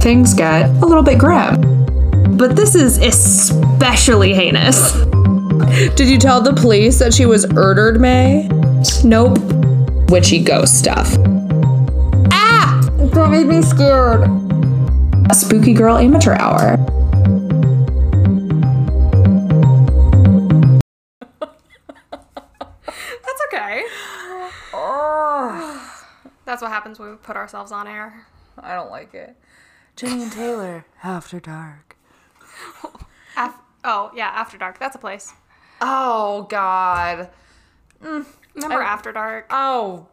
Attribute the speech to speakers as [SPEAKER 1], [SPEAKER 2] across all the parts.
[SPEAKER 1] things got a little bit grim.
[SPEAKER 2] But this is especially heinous.
[SPEAKER 1] Did you tell the police that she was murdered, May?
[SPEAKER 2] Nope.
[SPEAKER 1] Witchy ghost stuff.
[SPEAKER 2] Ah!
[SPEAKER 1] That made me scared. A spooky girl amateur hour.
[SPEAKER 3] That's okay. That's what happens when we put ourselves on air.
[SPEAKER 4] I don't like it. Jenny and Taylor, After Dark.
[SPEAKER 3] Af- oh, yeah, After Dark. That's a place.
[SPEAKER 4] Oh, God.
[SPEAKER 3] Remember After Dark?
[SPEAKER 4] Oh.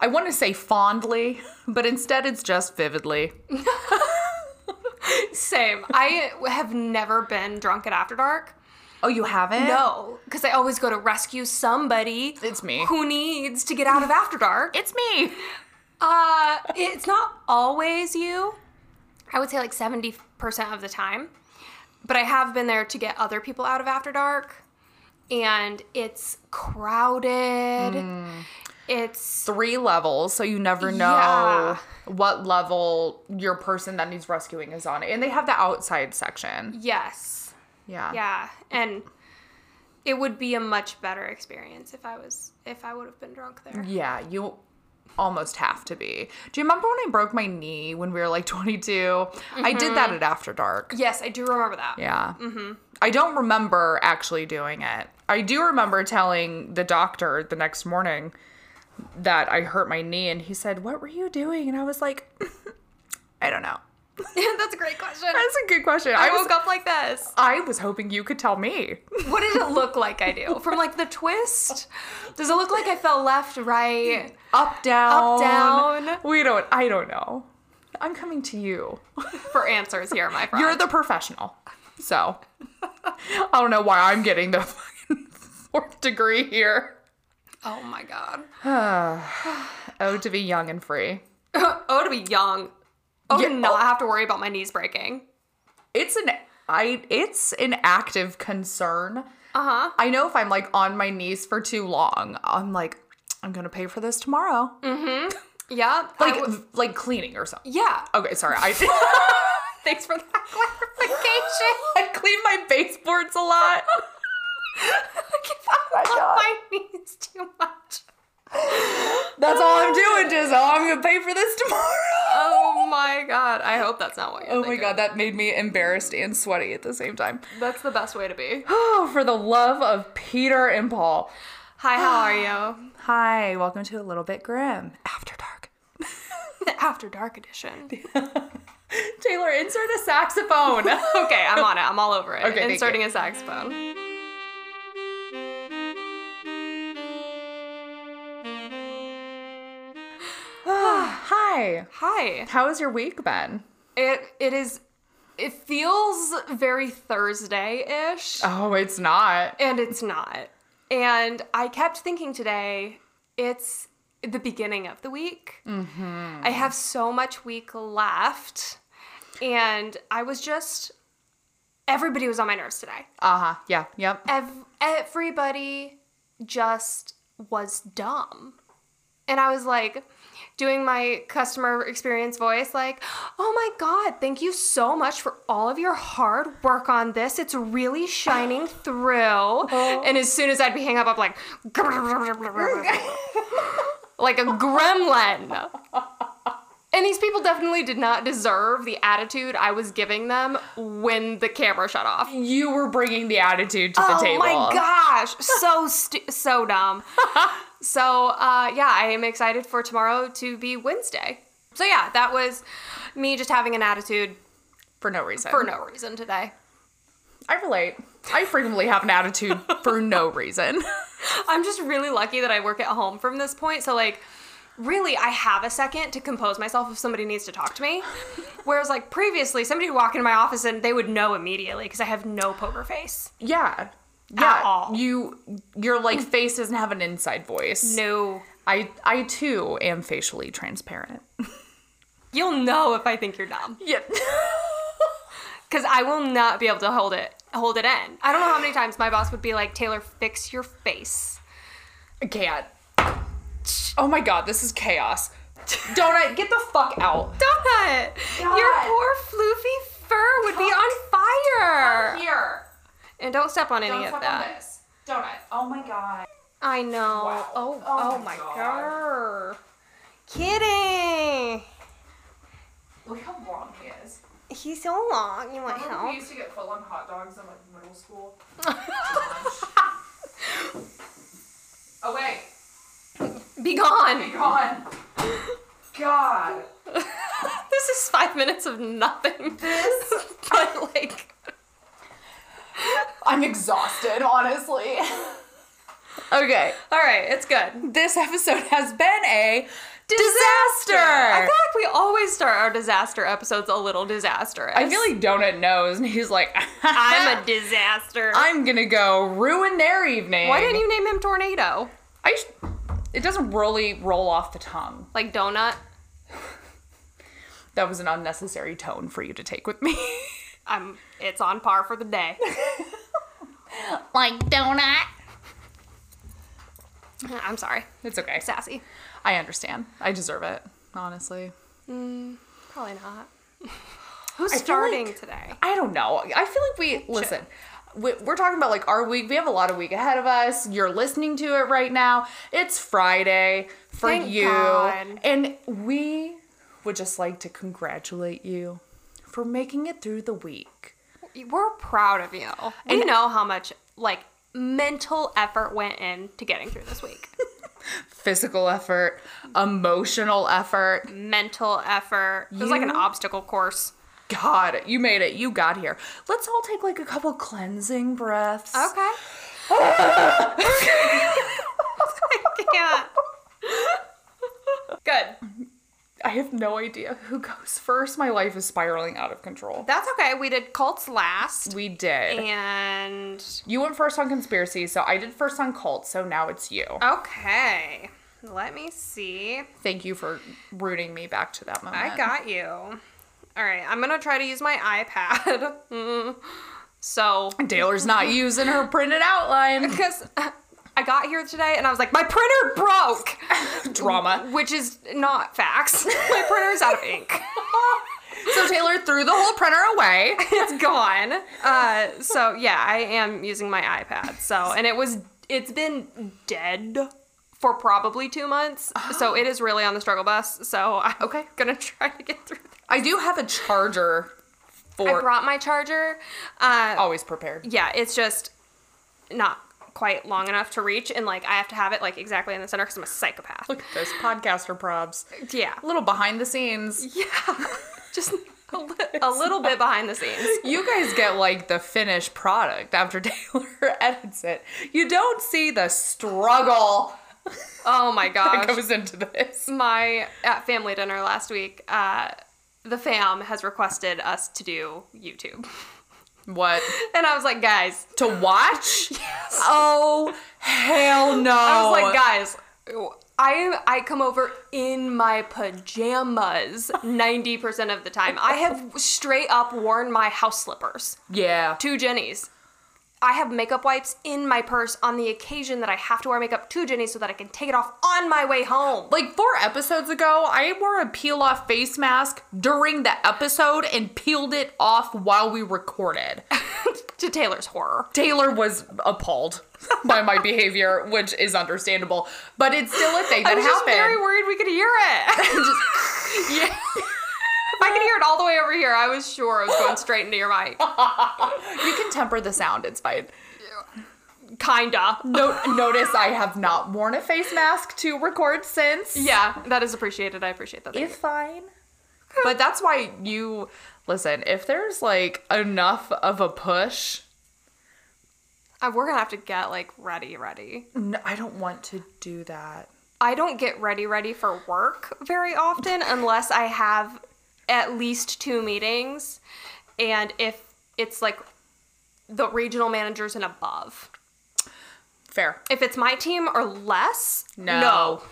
[SPEAKER 4] I want to say fondly, but instead it's just vividly.
[SPEAKER 3] Same. I have never been drunk at After Dark.
[SPEAKER 4] Oh, you haven't?
[SPEAKER 3] No, because I always go to rescue somebody.
[SPEAKER 4] It's me.
[SPEAKER 3] Who needs to get out of After Dark?
[SPEAKER 4] It's me.
[SPEAKER 3] Uh, it's not always you. I would say like 70% of the time. But I have been there to get other people out of After Dark. And it's crowded.
[SPEAKER 4] Mm.
[SPEAKER 3] It's
[SPEAKER 4] Three levels, so you never know
[SPEAKER 3] Yeah.
[SPEAKER 4] what level your person that needs rescuing is on. And they have the outside section.
[SPEAKER 3] yes.
[SPEAKER 4] Yeah.
[SPEAKER 3] Yeah. And it would be a much better experience if I was if I would have been drunk there.
[SPEAKER 4] Yeah, you almost have to be. Do you remember when I broke my knee when we were like 22? I did that at After Dark.
[SPEAKER 3] Yes, I do remember that.
[SPEAKER 4] Yeah. Mm-hmm. I don't remember actually doing it. I do remember telling the doctor the next morning that I hurt my knee, and he said, What were you doing? And I was like, I don't know.
[SPEAKER 3] That's a great question.
[SPEAKER 4] That's a good question.
[SPEAKER 3] I
[SPEAKER 4] I, was,
[SPEAKER 3] woke up like this.
[SPEAKER 4] I was hoping you could tell me.
[SPEAKER 3] What does it look like I do? From like the twist? Does it look like I fell left, right?
[SPEAKER 4] Up, down.
[SPEAKER 3] down.
[SPEAKER 4] We don't, I don't know. I'm coming to you.
[SPEAKER 3] For answers here, my friend.
[SPEAKER 4] You're the professional. So I don't know why I'm getting the fucking fourth degree here.
[SPEAKER 3] Oh my god.
[SPEAKER 4] Oh, to be young and free.
[SPEAKER 3] Oh, to be young. Oh,
[SPEAKER 4] Yeah,
[SPEAKER 3] to not
[SPEAKER 4] oh.
[SPEAKER 3] have to worry about my knees breaking.
[SPEAKER 4] It's an I it's an active concern.
[SPEAKER 3] Uh huh.
[SPEAKER 4] I know if I'm like on my knees for too long, I'm like, I'm gonna pay for this tomorrow.
[SPEAKER 3] Yeah. I
[SPEAKER 4] Like
[SPEAKER 3] w-
[SPEAKER 4] like cleaning or something.
[SPEAKER 3] yeah.
[SPEAKER 4] Okay, sorry. I
[SPEAKER 3] Thanks for that clarification.
[SPEAKER 4] I clean my baseboards a lot. Oh
[SPEAKER 3] I give up my knees too much.
[SPEAKER 4] That's all I'm doing, just oh I'm gonna pay for this tomorrow.
[SPEAKER 3] Oh my god. I hope that's not what you're
[SPEAKER 4] Oh my
[SPEAKER 3] thinking.
[SPEAKER 4] god, that made me embarrassed and sweaty at the same time.
[SPEAKER 3] That's the best way to be.
[SPEAKER 4] Oh, for the love of Peter and Paul.
[SPEAKER 3] Hi, how are you?
[SPEAKER 4] Hi, welcome to A Little Bit Grim After Dark.
[SPEAKER 3] The After Dark edition.
[SPEAKER 4] Taylor, insert a saxophone.
[SPEAKER 3] Okay, I'm on it. I'm all over it.
[SPEAKER 4] Okay, thank
[SPEAKER 3] Inserting
[SPEAKER 4] you.
[SPEAKER 3] a saxophone.
[SPEAKER 4] Hi.
[SPEAKER 3] Hi.
[SPEAKER 4] How has your week been?
[SPEAKER 3] It it is it feels very Thursday-ish.
[SPEAKER 4] Oh, it's not.
[SPEAKER 3] And it's not. And I kept thinking today, it's the beginning of the week.
[SPEAKER 4] Mm-hmm.
[SPEAKER 3] I have so much week left. And I was just, everybody was on my nerves today.
[SPEAKER 4] Uh huh. Yeah. Yep.
[SPEAKER 3] Ev- everybody just was dumb. And I was like, doing my customer experience voice, like, oh my God, thank you so much for all of your hard work on this. It's really shining through. And as soon as I'd be hanging up, I'm like, like a gremlin. And these people definitely did not deserve the attitude I was giving them when the camera shut off.
[SPEAKER 4] You were bringing the attitude to the
[SPEAKER 3] oh
[SPEAKER 4] table.
[SPEAKER 3] my gosh, so stu- so dumb. so uh, yeah, I am excited for tomorrow to be Wednesday. So yeah, that was me just having an attitude
[SPEAKER 4] For no reason.
[SPEAKER 3] for no reason today.
[SPEAKER 4] I relate. I frequently have an attitude for no reason.
[SPEAKER 3] I'm just really lucky that I work at home from this point. So like, really, I have a second to compose myself if somebody needs to talk to me. Whereas like previously, somebody would walk into my office and they would know immediately because I have no poker face.
[SPEAKER 4] Yeah. Yeah.
[SPEAKER 3] all. Mm.
[SPEAKER 4] You your like face doesn't have an inside voice.
[SPEAKER 3] No.
[SPEAKER 4] I I too am facially transparent.
[SPEAKER 3] You'll know if I think you're dumb.
[SPEAKER 4] Yeah.
[SPEAKER 3] because I will not be able to hold it hold it in. I don't know how many times my boss would be like, Taylor, fix your face.
[SPEAKER 4] I can't. Oh my god, this is chaos. Donut, get the fuck out.
[SPEAKER 3] Donut, your
[SPEAKER 4] God.
[SPEAKER 3] poor floofy fur would be on fire.
[SPEAKER 4] Here.
[SPEAKER 3] And don't step on any of
[SPEAKER 4] step on
[SPEAKER 3] that.
[SPEAKER 4] this. Donut. Oh my god.
[SPEAKER 3] I know.
[SPEAKER 4] Wow.
[SPEAKER 3] Oh,
[SPEAKER 4] Oh
[SPEAKER 3] oh,
[SPEAKER 4] my
[SPEAKER 3] my
[SPEAKER 4] God.
[SPEAKER 3] god. Kitty.
[SPEAKER 4] Look how long he is.
[SPEAKER 3] He's so long. You want
[SPEAKER 4] Remember we
[SPEAKER 3] help?
[SPEAKER 4] used to get full on hot dogs in like middle school? Away.
[SPEAKER 3] Be
[SPEAKER 4] Oh, Be
[SPEAKER 3] gone.
[SPEAKER 4] gone. God.
[SPEAKER 3] this is five minutes of nothing.
[SPEAKER 4] This-
[SPEAKER 3] but like,
[SPEAKER 4] I'm exhausted, honestly. okay.
[SPEAKER 3] all right, it's good.
[SPEAKER 4] This episode has been a
[SPEAKER 3] I feel
[SPEAKER 4] disaster.
[SPEAKER 3] like we always start our disaster episodes a little disastrous.
[SPEAKER 4] I feel like Donut knows, and he's like,
[SPEAKER 3] I'm a disaster.
[SPEAKER 4] I'm gonna go ruin their evening.
[SPEAKER 3] Why didn't you name him Tornado?
[SPEAKER 4] I sh- it doesn't really roll off the tongue.
[SPEAKER 3] Like Donut.
[SPEAKER 4] That was an unnecessary tone for you to take with me.
[SPEAKER 3] I'm. It's on par for the day.
[SPEAKER 4] like donut.
[SPEAKER 3] I'm sorry.
[SPEAKER 4] It's okay.
[SPEAKER 3] Sassy.
[SPEAKER 4] I understand. I deserve it, honestly.
[SPEAKER 3] Probably not. Who's
[SPEAKER 4] feel
[SPEAKER 3] starting
[SPEAKER 4] like-
[SPEAKER 3] today?
[SPEAKER 4] I don't know. I feel like we listen. we- We're talking about like our week. We have a lot of week ahead of us. You're listening to it right now. It's Friday for
[SPEAKER 3] Thank
[SPEAKER 4] you,
[SPEAKER 3] God.
[SPEAKER 4] and we would just like to congratulate you for making it through the week.
[SPEAKER 3] We're proud of you. We know how much like mental effort went into getting through this week.
[SPEAKER 4] Physical effort, emotional effort.
[SPEAKER 3] mental effort. It was like an
[SPEAKER 4] You-
[SPEAKER 3] obstacle course.
[SPEAKER 4] God, you made it. You got here. Let's all take like a couple cleansing breaths.
[SPEAKER 3] Okay. I can't. Good.
[SPEAKER 4] I have no idea who goes first. My life is spiraling out of control.
[SPEAKER 3] That's okay. We did cults last.
[SPEAKER 4] We did.
[SPEAKER 3] And
[SPEAKER 4] You went first on conspiracy, so I did first on cult, so now it's you.
[SPEAKER 3] okay. Let me see.
[SPEAKER 4] Thank you for rooting me back to that moment.
[SPEAKER 3] I got you. All right, I'm gonna try to use my iPad. Mm. so,
[SPEAKER 4] Taylor's not using her printed outline.
[SPEAKER 3] because I got here today and I was like, my printer broke,
[SPEAKER 4] Drama.
[SPEAKER 3] which is not facts. My printer's out of ink.
[SPEAKER 4] So Taylor threw the whole printer away.
[SPEAKER 3] it's gone. Uh, so yeah, I am using my iPad. So, and it was, it's been dead for probably two months. So it is really on the struggle bus. So I'm okay. gonna try to get through. This.
[SPEAKER 4] I do have a charger
[SPEAKER 3] I
[SPEAKER 4] for
[SPEAKER 3] brought my charger. Uh,
[SPEAKER 4] always prepared.
[SPEAKER 3] yeah, it's just not quite long enough to reach, and like I have to have it like exactly in the center because I'm a psychopath.
[SPEAKER 4] Look at this podcaster probs.
[SPEAKER 3] Yeah,
[SPEAKER 4] A little behind the scenes.
[SPEAKER 3] just a, li- a little bit behind the scenes.
[SPEAKER 4] You guys get like the finished product after Taylor edits it. You don't see the struggle
[SPEAKER 3] Oh my
[SPEAKER 4] that
[SPEAKER 3] gosh,
[SPEAKER 4] goes into this.
[SPEAKER 3] my at family dinner last week, uh, the fam has requested us to do YouTube,
[SPEAKER 4] What?
[SPEAKER 3] and I was like, guys,
[SPEAKER 4] To watch? Yes. Oh, hell no.
[SPEAKER 3] I was
[SPEAKER 4] Oh.
[SPEAKER 3] like, guys. I I come over in my pajamas 90% of the time. I have straight up worn my house slippers.
[SPEAKER 4] Yeah.
[SPEAKER 3] two Jennies. I have makeup wipes in my purse on the occasion that I have to wear makeup to Jenny so that I can take it off on my way home.
[SPEAKER 4] Like four episodes ago, I wore a peel off face mask during the episode and peeled it off while we recorded.
[SPEAKER 3] to Taylor's horror.
[SPEAKER 4] Taylor was appalled by my behavior, which is understandable, but it's still a thing that
[SPEAKER 3] I'm just
[SPEAKER 4] happened.
[SPEAKER 3] very worried we could hear it.
[SPEAKER 4] yeah.
[SPEAKER 3] if I could hear it all the way over here, I was sure it was going straight into your mic.
[SPEAKER 4] You can temper the sound, it's fine.
[SPEAKER 3] Kinda.
[SPEAKER 4] No- notice I have not worn a face mask to record since.
[SPEAKER 3] Yeah, that is appreciated. I appreciate that. Thank
[SPEAKER 4] It's fine. But that's why you listen, if there's like enough of a push,
[SPEAKER 3] you. Uh, We're gonna have to get like ready, ready.
[SPEAKER 4] n- I don't want to do that.
[SPEAKER 3] I don't get ready, ready for work very often unless I have at least two meetings, and if it's like the regional managers and above.
[SPEAKER 4] Fair.
[SPEAKER 3] if it's my team or less,
[SPEAKER 4] No.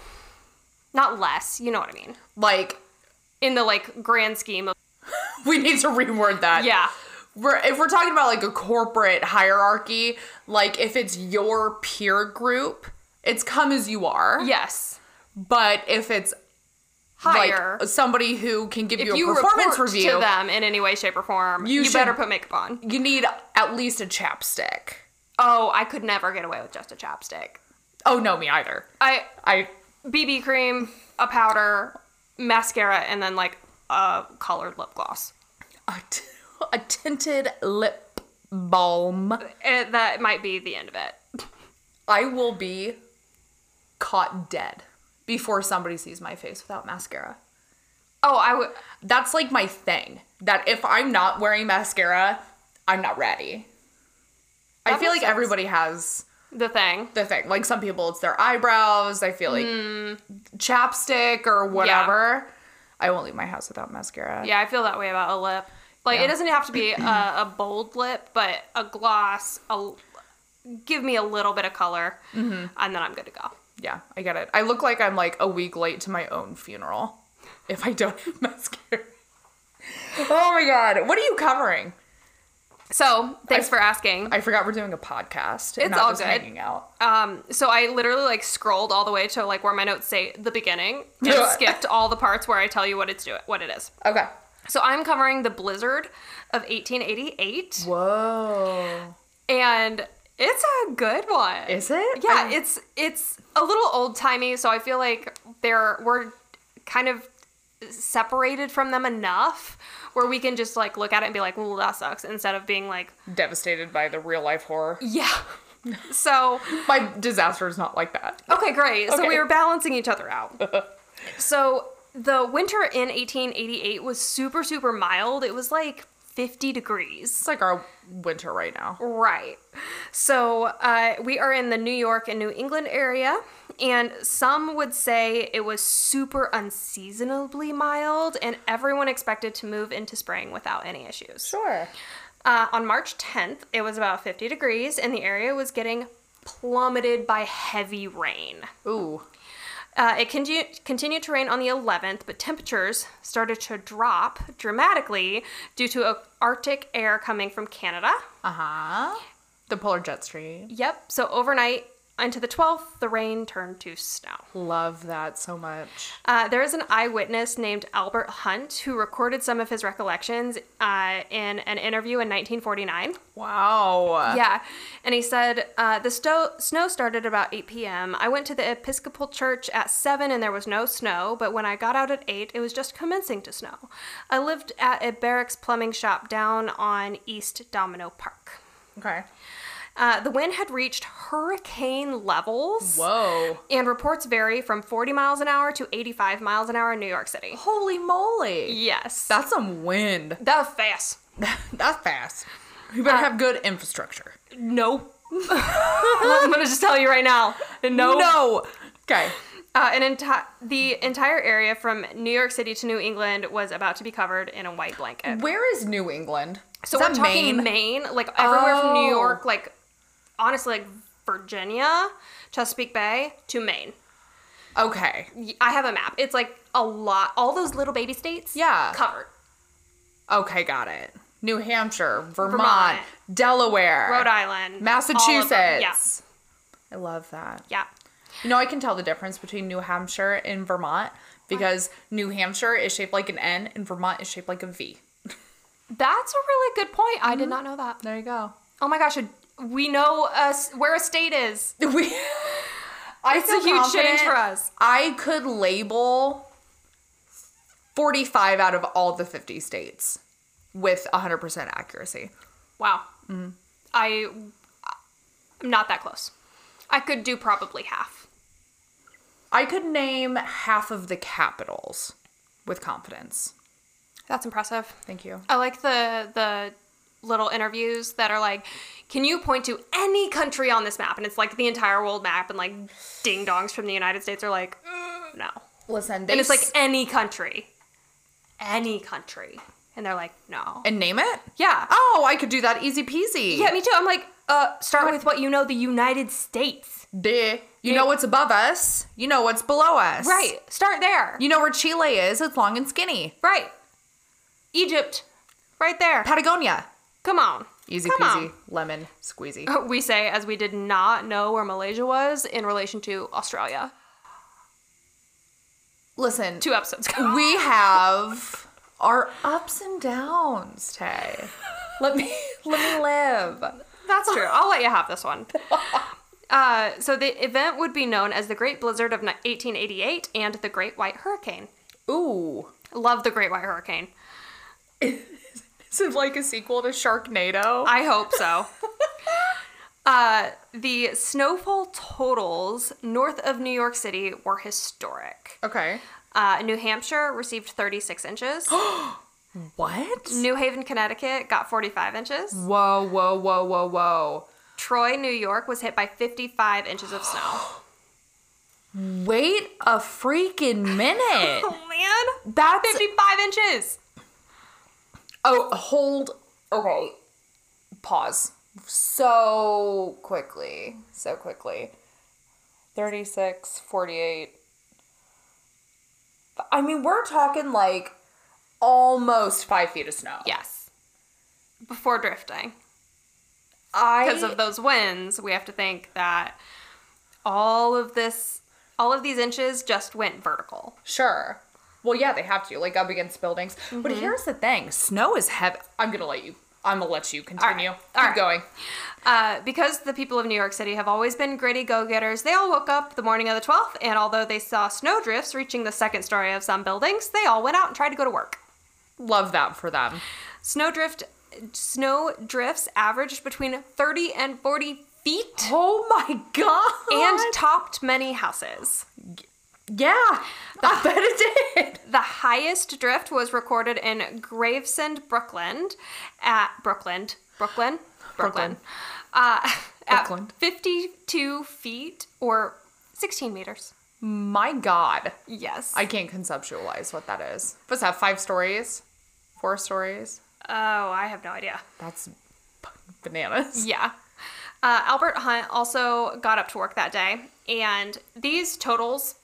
[SPEAKER 3] not less. You know what I mean?
[SPEAKER 4] Like,
[SPEAKER 3] In the like grand scheme of
[SPEAKER 4] we need to reword that.
[SPEAKER 3] yeah,
[SPEAKER 4] We're, if we're talking about like a corporate hierarchy, like if it's your peer group, it's come as you are.
[SPEAKER 3] yes,
[SPEAKER 4] But if it's
[SPEAKER 3] hire.
[SPEAKER 4] like somebody who can give you
[SPEAKER 3] if
[SPEAKER 4] a
[SPEAKER 3] you
[SPEAKER 4] performance
[SPEAKER 3] report
[SPEAKER 4] review,
[SPEAKER 3] to them in any way, shape, or form,
[SPEAKER 4] You
[SPEAKER 3] you,
[SPEAKER 4] should-
[SPEAKER 3] better put makeup on.
[SPEAKER 4] you need at least a chapstick.
[SPEAKER 3] Oh, I could never get away with just a chapstick.
[SPEAKER 4] Oh no, me either.
[SPEAKER 3] I
[SPEAKER 4] I
[SPEAKER 3] BB cream, a powder, mascara, and then like a colored lip gloss.
[SPEAKER 4] a, t- a tinted lip balm.
[SPEAKER 3] It, that might be the end of it.
[SPEAKER 4] I will be caught dead before somebody sees my face without mascara.
[SPEAKER 3] Oh, I would.
[SPEAKER 4] That's like my thing. That if I'm not wearing mascara, I'm not ready. I
[SPEAKER 3] That
[SPEAKER 4] feel like
[SPEAKER 3] makes sense.
[SPEAKER 4] everybody has
[SPEAKER 3] The thing.
[SPEAKER 4] the thing. Like some people, it's their eyebrows. I feel like
[SPEAKER 3] Hmm.
[SPEAKER 4] chapstick or whatever. I won't leave my house without mascara.
[SPEAKER 3] Yeah, I feel that way about a lip. Like
[SPEAKER 4] Yeah.
[SPEAKER 3] it doesn't have to be a, a bold lip, but a gloss. A give me a little bit of color, and then I'm good to go.
[SPEAKER 4] Yeah, I get it. I look like I'm like a week late to my own funeral if I don't have mascara. oh my god, what are you covering?
[SPEAKER 3] So thanks for asking.
[SPEAKER 4] I forgot we're doing a podcast.
[SPEAKER 3] It's
[SPEAKER 4] and not
[SPEAKER 3] all
[SPEAKER 4] just
[SPEAKER 3] good.
[SPEAKER 4] Hanging out.
[SPEAKER 3] um, so I literally like scrolled all the way to like where my notes say the beginning and
[SPEAKER 4] Yeah.
[SPEAKER 3] skipped all the parts where I tell you what it's do what it is.
[SPEAKER 4] Okay.
[SPEAKER 3] So I'm covering the blizzard of 1888,
[SPEAKER 4] Whoa.
[SPEAKER 3] and it's a good one.
[SPEAKER 4] Is it?
[SPEAKER 3] Yeah,
[SPEAKER 4] I-
[SPEAKER 3] it's it's a little old timey, so I feel like there we're kind of separated from them enough where we can just like look at it and be like, "Well, that sucks," instead of being like,
[SPEAKER 4] Devastated by the real life horror.
[SPEAKER 3] "Yeah." so
[SPEAKER 4] My disaster is not like that.
[SPEAKER 3] okay, great. So we
[SPEAKER 4] Okay.
[SPEAKER 3] were balancing each other out. so the winter in 1888 was super super mild. It was like 50 degrees.
[SPEAKER 4] It's like our winter right now.
[SPEAKER 3] Right. So uh, we are in the New York and New England area, and some would say it was super unseasonably mild, and everyone expected to move into spring without any issues.
[SPEAKER 4] Sure.
[SPEAKER 3] Uh, on March 10th, it was about 50 degrees, and the area was getting plummeted by heavy rain.
[SPEAKER 4] Ooh.
[SPEAKER 3] Uh, it conti- continued to rain on the 11th, but temperatures started to drop dramatically due to uh, Arctic air coming from Canada.
[SPEAKER 4] Uh huh. The polar jet stream.
[SPEAKER 3] Yep. So overnight into the 12th, the rain turned to snow.
[SPEAKER 4] Love that so much.
[SPEAKER 3] Uh, there is an eyewitness named Albert Hunt who recorded some of his recollections uh, in an interview in 1949.
[SPEAKER 4] Wow.
[SPEAKER 3] Yeah. And he said, uh, The sto- snow started about 8 p.m. I went to the Episcopal church at 7 and there was no snow, but when I got out at 8, it was just commencing to snow. I lived at a barracks plumbing shop down on East Domino Park.
[SPEAKER 4] Okay.
[SPEAKER 3] Uh, the wind had reached hurricane levels.
[SPEAKER 4] Whoa.
[SPEAKER 3] And reports vary from 40 miles an hour to 85 miles an hour in New York City.
[SPEAKER 4] Holy moly.
[SPEAKER 3] Yes.
[SPEAKER 4] That's some wind.
[SPEAKER 3] the fast.
[SPEAKER 4] That's fast. You better have good infrastructure.
[SPEAKER 3] No. I'm going to just tell you right now. No.
[SPEAKER 4] No. Okay.
[SPEAKER 3] Uh, an enti- the entire area from New York City to New England was about to be covered in a white blanket.
[SPEAKER 4] Where is New England?
[SPEAKER 3] So
[SPEAKER 4] Is
[SPEAKER 3] we're
[SPEAKER 4] that
[SPEAKER 3] talking Mm. Maine, like everywhere from
[SPEAKER 4] Oh.
[SPEAKER 3] New York, like honestly, like Virginia, Chesapeake Bay to Maine.
[SPEAKER 4] Okay.
[SPEAKER 3] Y- I have a map. It's like a lot, all those little baby states.
[SPEAKER 4] Yeah.
[SPEAKER 3] Covered.
[SPEAKER 4] Okay, got it. New Hampshire, Vermont,
[SPEAKER 3] Vermont.
[SPEAKER 4] Delaware,
[SPEAKER 3] Rhode Island, all of them.
[SPEAKER 4] Massachusetts.
[SPEAKER 3] Yeah.
[SPEAKER 4] I love that.
[SPEAKER 3] Yeah.
[SPEAKER 4] You know, I can tell the difference between New Hampshire and Vermont because New Hampshire is shaped like an N and Vermont is shaped like a V.
[SPEAKER 3] That's a really good point. I did not know that.
[SPEAKER 4] There you go.
[SPEAKER 3] Oh my gosh, we know us where a state is.
[SPEAKER 4] We, I
[SPEAKER 3] It's
[SPEAKER 4] feel
[SPEAKER 3] a huge
[SPEAKER 4] confident
[SPEAKER 3] change for us.
[SPEAKER 4] I could label 45 out of all the 50 states with 100% accuracy.
[SPEAKER 3] Wow. I, I'm not that close. I could do probably half.
[SPEAKER 4] I could name half of the capitals with confidence.
[SPEAKER 3] That's impressive.
[SPEAKER 4] Thank you.
[SPEAKER 3] I like the the little interviews that are like, can you point to any country on this map? And it's like the entire world map, and like ding dongs from the United States are like, no.
[SPEAKER 4] Listen, they
[SPEAKER 3] And it's like
[SPEAKER 4] s-
[SPEAKER 3] any country, any country, and they're like, no.
[SPEAKER 4] and name it.
[SPEAKER 3] Yeah.
[SPEAKER 4] Oh, I could do that easy peasy.
[SPEAKER 3] Yeah, me too. I'm like, uh, start with what you know the United States.
[SPEAKER 4] Duh. You know what's above us. You know what's below us.
[SPEAKER 3] Right. Start there.
[SPEAKER 4] You know where Chile is. It's long and skinny.
[SPEAKER 3] right. Egypt. Right there.
[SPEAKER 4] Patagonia.
[SPEAKER 3] Come on.
[SPEAKER 4] Easy
[SPEAKER 3] Come
[SPEAKER 4] peasy. Lemon squeezy.
[SPEAKER 3] on. We say as we did not know where Malaysia was in relation to Australia.
[SPEAKER 4] Listen,
[SPEAKER 3] Two episodes ago.
[SPEAKER 4] we have our ups and downs, Tay. Let me let me live.
[SPEAKER 3] That's true. I'll let you have this one. Uh, so the event would be known as the Great Blizzard of ni- 1888 and the Great White Hurricane.
[SPEAKER 4] Ooh.
[SPEAKER 3] Love the Great White Hurricane.
[SPEAKER 4] This is like a sequel to Sharknado.
[SPEAKER 3] I hope so. uh, the snowfall totals north of New York City were historic.
[SPEAKER 4] Okay.
[SPEAKER 3] Uh, New Hampshire received 36 inches.
[SPEAKER 4] What?
[SPEAKER 3] New Haven, Connecticut got 45 inches.
[SPEAKER 4] Whoa, whoa, whoa, whoa, whoa.
[SPEAKER 3] Troy, New York was hit by 55 inches of snow.
[SPEAKER 4] Wait a freaking minute.
[SPEAKER 3] oh man.
[SPEAKER 4] That's
[SPEAKER 3] 55 inches.
[SPEAKER 4] Oh, hold. Okay. Pause. So quickly. So quickly. 36, 48. I mean, we're talking like almost five feet of snow.
[SPEAKER 3] Yes. Before drifting.
[SPEAKER 4] I.
[SPEAKER 3] because of those winds, we have to think that all of this, all of these inches just went vertical.
[SPEAKER 4] Sure. Well, yeah, they have to, like up against buildings. But
[SPEAKER 3] Mm-hmm.
[SPEAKER 4] here's the thing snow is heavy. I'm going to let you. I'm going to let you continue.
[SPEAKER 3] All
[SPEAKER 4] Keep
[SPEAKER 3] right.
[SPEAKER 4] going.
[SPEAKER 3] Uh, because the people of New York City have always been gritty go getters, they all woke up the morning of the 12th, and although they saw snowdrifts reaching the second story of some buildings, they all went out and tried to go to work.
[SPEAKER 4] Love that for them.
[SPEAKER 3] Snowdrift, snow drifts averaged between 30 and 40 feet
[SPEAKER 4] Oh my God.
[SPEAKER 3] and topped many houses.
[SPEAKER 4] And yeah, I bet it did.
[SPEAKER 3] The highest drift was recorded in Gravesend, Brooklyn, at Brooklyn, Brooklyn,
[SPEAKER 4] Brooklyn.
[SPEAKER 3] Brooklyn, uh, at
[SPEAKER 4] Brooklyn.
[SPEAKER 3] 52 feet or 16 meters.
[SPEAKER 4] My God.
[SPEAKER 3] Yes.
[SPEAKER 4] I can't conceptualize what that is. What's that, five stories? Four stories?
[SPEAKER 3] oh, I have no idea.
[SPEAKER 4] That's b- bananas.
[SPEAKER 3] Yeah. Uh, Albert Hunt also got up to work that day, and these totals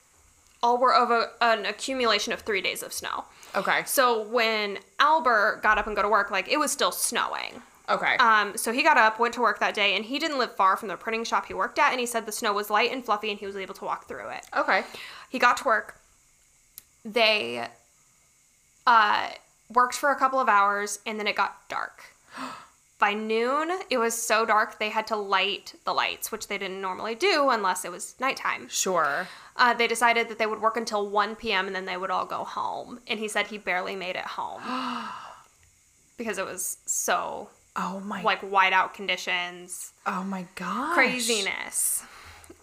[SPEAKER 3] all were of a, an accumulation of three days of snow.
[SPEAKER 4] Okay.
[SPEAKER 3] So when Albert got up and go to work, like it was still snowing.
[SPEAKER 4] Okay.
[SPEAKER 3] Um, so he got up, went to work that day, and he didn't live far from the printing shop he worked at, and he said the snow was light and fluffy and he was able to walk through it.
[SPEAKER 4] okay.
[SPEAKER 3] He got to work. They uh, worked for a couple of hours, and then it got dark. By noon, it was so dark they had to light the lights, which they didn't normally do unless it was nighttime.
[SPEAKER 4] Sure.
[SPEAKER 3] Uh, they decided that they would work until 1 p.m. and then they would all go home. And he said he barely made it home because it was so
[SPEAKER 4] Oh my.
[SPEAKER 3] like whiteout conditions,
[SPEAKER 4] oh my God.
[SPEAKER 3] craziness.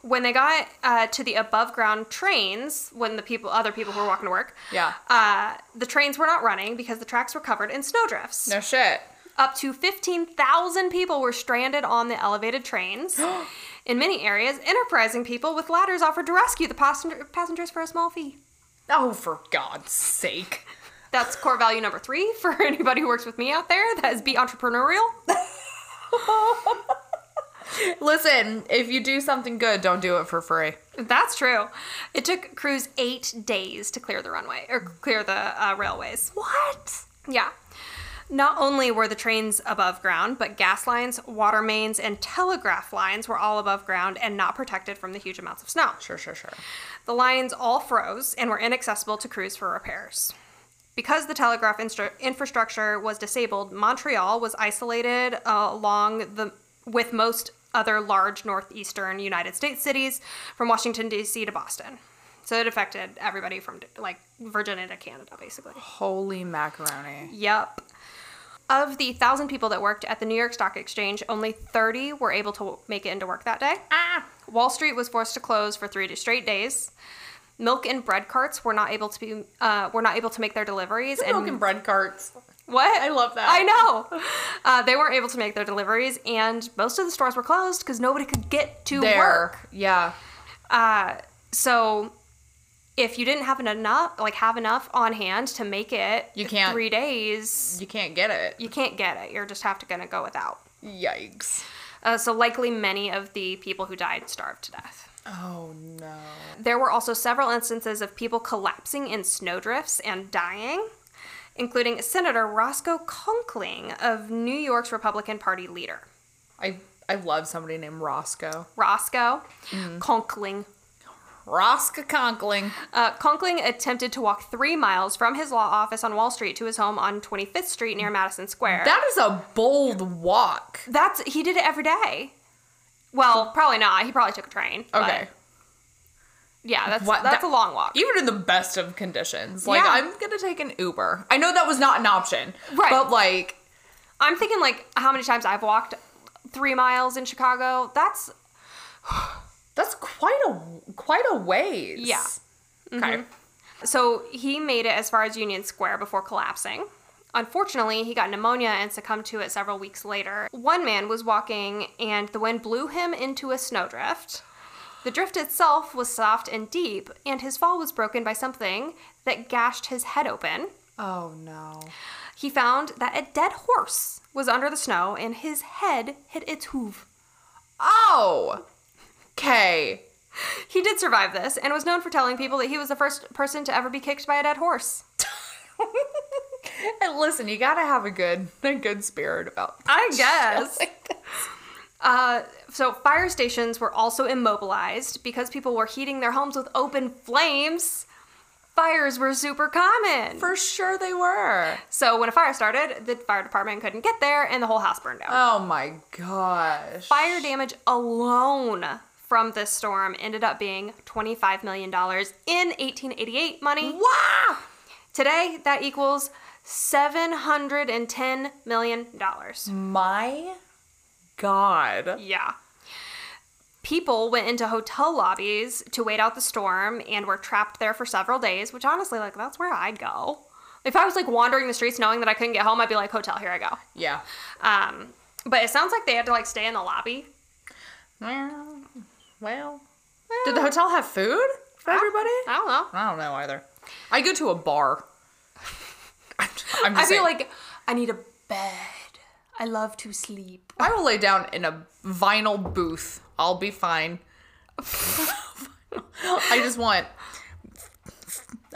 [SPEAKER 3] When they got uh, to the above ground trains, when the people, other people who were walking to work,
[SPEAKER 4] Yeah.
[SPEAKER 3] uh, the trains were not running because the tracks were covered in snowdrifts.
[SPEAKER 4] No shit.
[SPEAKER 3] Up to 15,000 people were stranded on the elevated trains. In many areas, enterprising people with ladders offered to rescue the passenger- passengers for a small fee.
[SPEAKER 4] Oh, for God's sake.
[SPEAKER 3] That's core value number three for anybody who works with me out there. That is be entrepreneurial.
[SPEAKER 4] Listen, if you do something good, don't do it for free.
[SPEAKER 3] That's true. It took crews eight days to clear the runway or clear the uh, railways.
[SPEAKER 4] What?
[SPEAKER 3] Yeah. Not only were the trains above ground, but gas lines, water mains, and telegraph lines were all above ground and not protected from the huge amounts of snow.
[SPEAKER 4] Sure, sure, sure.
[SPEAKER 3] The lines all froze and were inaccessible to crews for repairs. Because the telegraph instru- infrastructure was disabled, Montreal was isolated uh, along the with most other large northeastern United States cities from Washington D.C. to Boston. So it affected everybody from like Virginia to Canada basically.
[SPEAKER 4] Holy macaroni.
[SPEAKER 3] Yep. Of the 1,000 people that worked at the New York Stock Exchange, only 30 were able to make it into work that day.
[SPEAKER 4] Ah.
[SPEAKER 3] Wall Street was forced to close for three straight days. Milk and bread carts were not able to be uh, were not able to make their deliveries and
[SPEAKER 4] Milk and bread carts.
[SPEAKER 3] what
[SPEAKER 4] I love that.
[SPEAKER 3] I know uh, they weren't able to make their deliveries and most of the stores were closed because nobody could get to
[SPEAKER 4] There.
[SPEAKER 3] work.
[SPEAKER 4] Yeah.
[SPEAKER 3] Uh, so if you didn't have enough like have enough on hand to make it
[SPEAKER 4] You can't-
[SPEAKER 3] three days
[SPEAKER 4] You can't get it.
[SPEAKER 3] you can't get it you're just have to gonna go without
[SPEAKER 4] Yikes.
[SPEAKER 3] uh, so likely many of the people who died starved to death.
[SPEAKER 4] Oh no.
[SPEAKER 3] There were also several instances of people collapsing in snowdrifts and dying, including Senator Roscoe Conkling of New York's Republican Party leader.
[SPEAKER 4] I I love somebody named Roscoe. Mm-hmm.
[SPEAKER 3] Roscoe Conkling.
[SPEAKER 4] Roska Conkling.
[SPEAKER 3] Uh, Conkling attempted to walk three miles from his law office on Wall Street to his home on 25th Street near Madison Square.
[SPEAKER 4] That is a bold walk.
[SPEAKER 3] That's he did it every day. Well, probably not. He probably took a train. but
[SPEAKER 4] Okay.
[SPEAKER 3] yeah, that's
[SPEAKER 4] What-
[SPEAKER 3] that's
[SPEAKER 4] that-
[SPEAKER 3] a long walk.
[SPEAKER 4] Even in the best of conditions. Like,
[SPEAKER 3] Yeah.
[SPEAKER 4] I'm going to take an Uber. I know that was not an option.
[SPEAKER 3] Right.
[SPEAKER 4] But, like,
[SPEAKER 3] I'm thinking like how many times I've walked three miles in Chicago. That's
[SPEAKER 4] that's quite a quite a ways.
[SPEAKER 3] Yeah. Mm-hmm.
[SPEAKER 4] Okay.
[SPEAKER 3] so he made it as far as Union Square before collapsing. Unfortunately, he got pneumonia and succumbed to it several weeks later. One man was walking and the wind blew him into a snowdrift. The drift itself was soft and deep, and his fall was broken by something that gashed his head open.
[SPEAKER 4] Oh no.
[SPEAKER 3] He found that a dead horse was under the snow and his head hit its hoof.
[SPEAKER 4] Oh. Okay.
[SPEAKER 3] He did survive this and was known for telling people that he was the first person to ever be kicked by a dead horse.
[SPEAKER 4] and listen, you gotta have a good a good spirit about.
[SPEAKER 3] I guess. Uh, so, fire stations were also immobilized because people were heating their homes with open flames. Fires were super common.
[SPEAKER 4] For sure they were.
[SPEAKER 3] so, when a fire started, the fire department couldn't get there and the whole house burned down.
[SPEAKER 4] Oh my gosh.
[SPEAKER 3] fire damage alone from this storm ended up being $25 million in 1888 money.
[SPEAKER 4] Wow.
[SPEAKER 3] Today, that equals $710 million.
[SPEAKER 4] My God.
[SPEAKER 3] Yeah. People went into hotel lobbies to wait out the storm and were trapped there for several days, which honestly, like, that's where I'd go. If I was like wandering the streets knowing that I couldn't get home, I'd be like, hotel, here I go.
[SPEAKER 4] Yeah.
[SPEAKER 3] Um, but it sounds like they had to like stay in the lobby.
[SPEAKER 4] Well. Well. Did the hotel have food for everybody?
[SPEAKER 3] Eh, I don't know.
[SPEAKER 4] I don't know either. I go to a bar. I'm just
[SPEAKER 3] I
[SPEAKER 4] saying.
[SPEAKER 3] feel like I need a bed. I love to sleep.
[SPEAKER 4] I will lay down in a vinyl booth. I'll be fine. I just want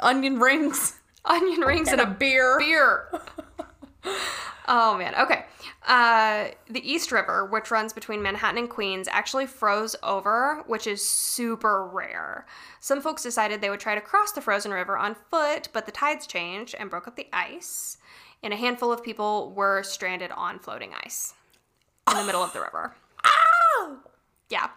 [SPEAKER 4] onion rings
[SPEAKER 3] Onion rings
[SPEAKER 4] and
[SPEAKER 3] and
[SPEAKER 4] a
[SPEAKER 3] a
[SPEAKER 4] beer.
[SPEAKER 3] beer. oh man. Okay. Uh, the East River, which runs between Manhattan and Queens, actually froze over, which is super rare. Some folks decided they would try to cross the frozen river on foot, but the tides changed and broke up the ice, and a handful of people were stranded on floating ice in the middle of the river. Yeah.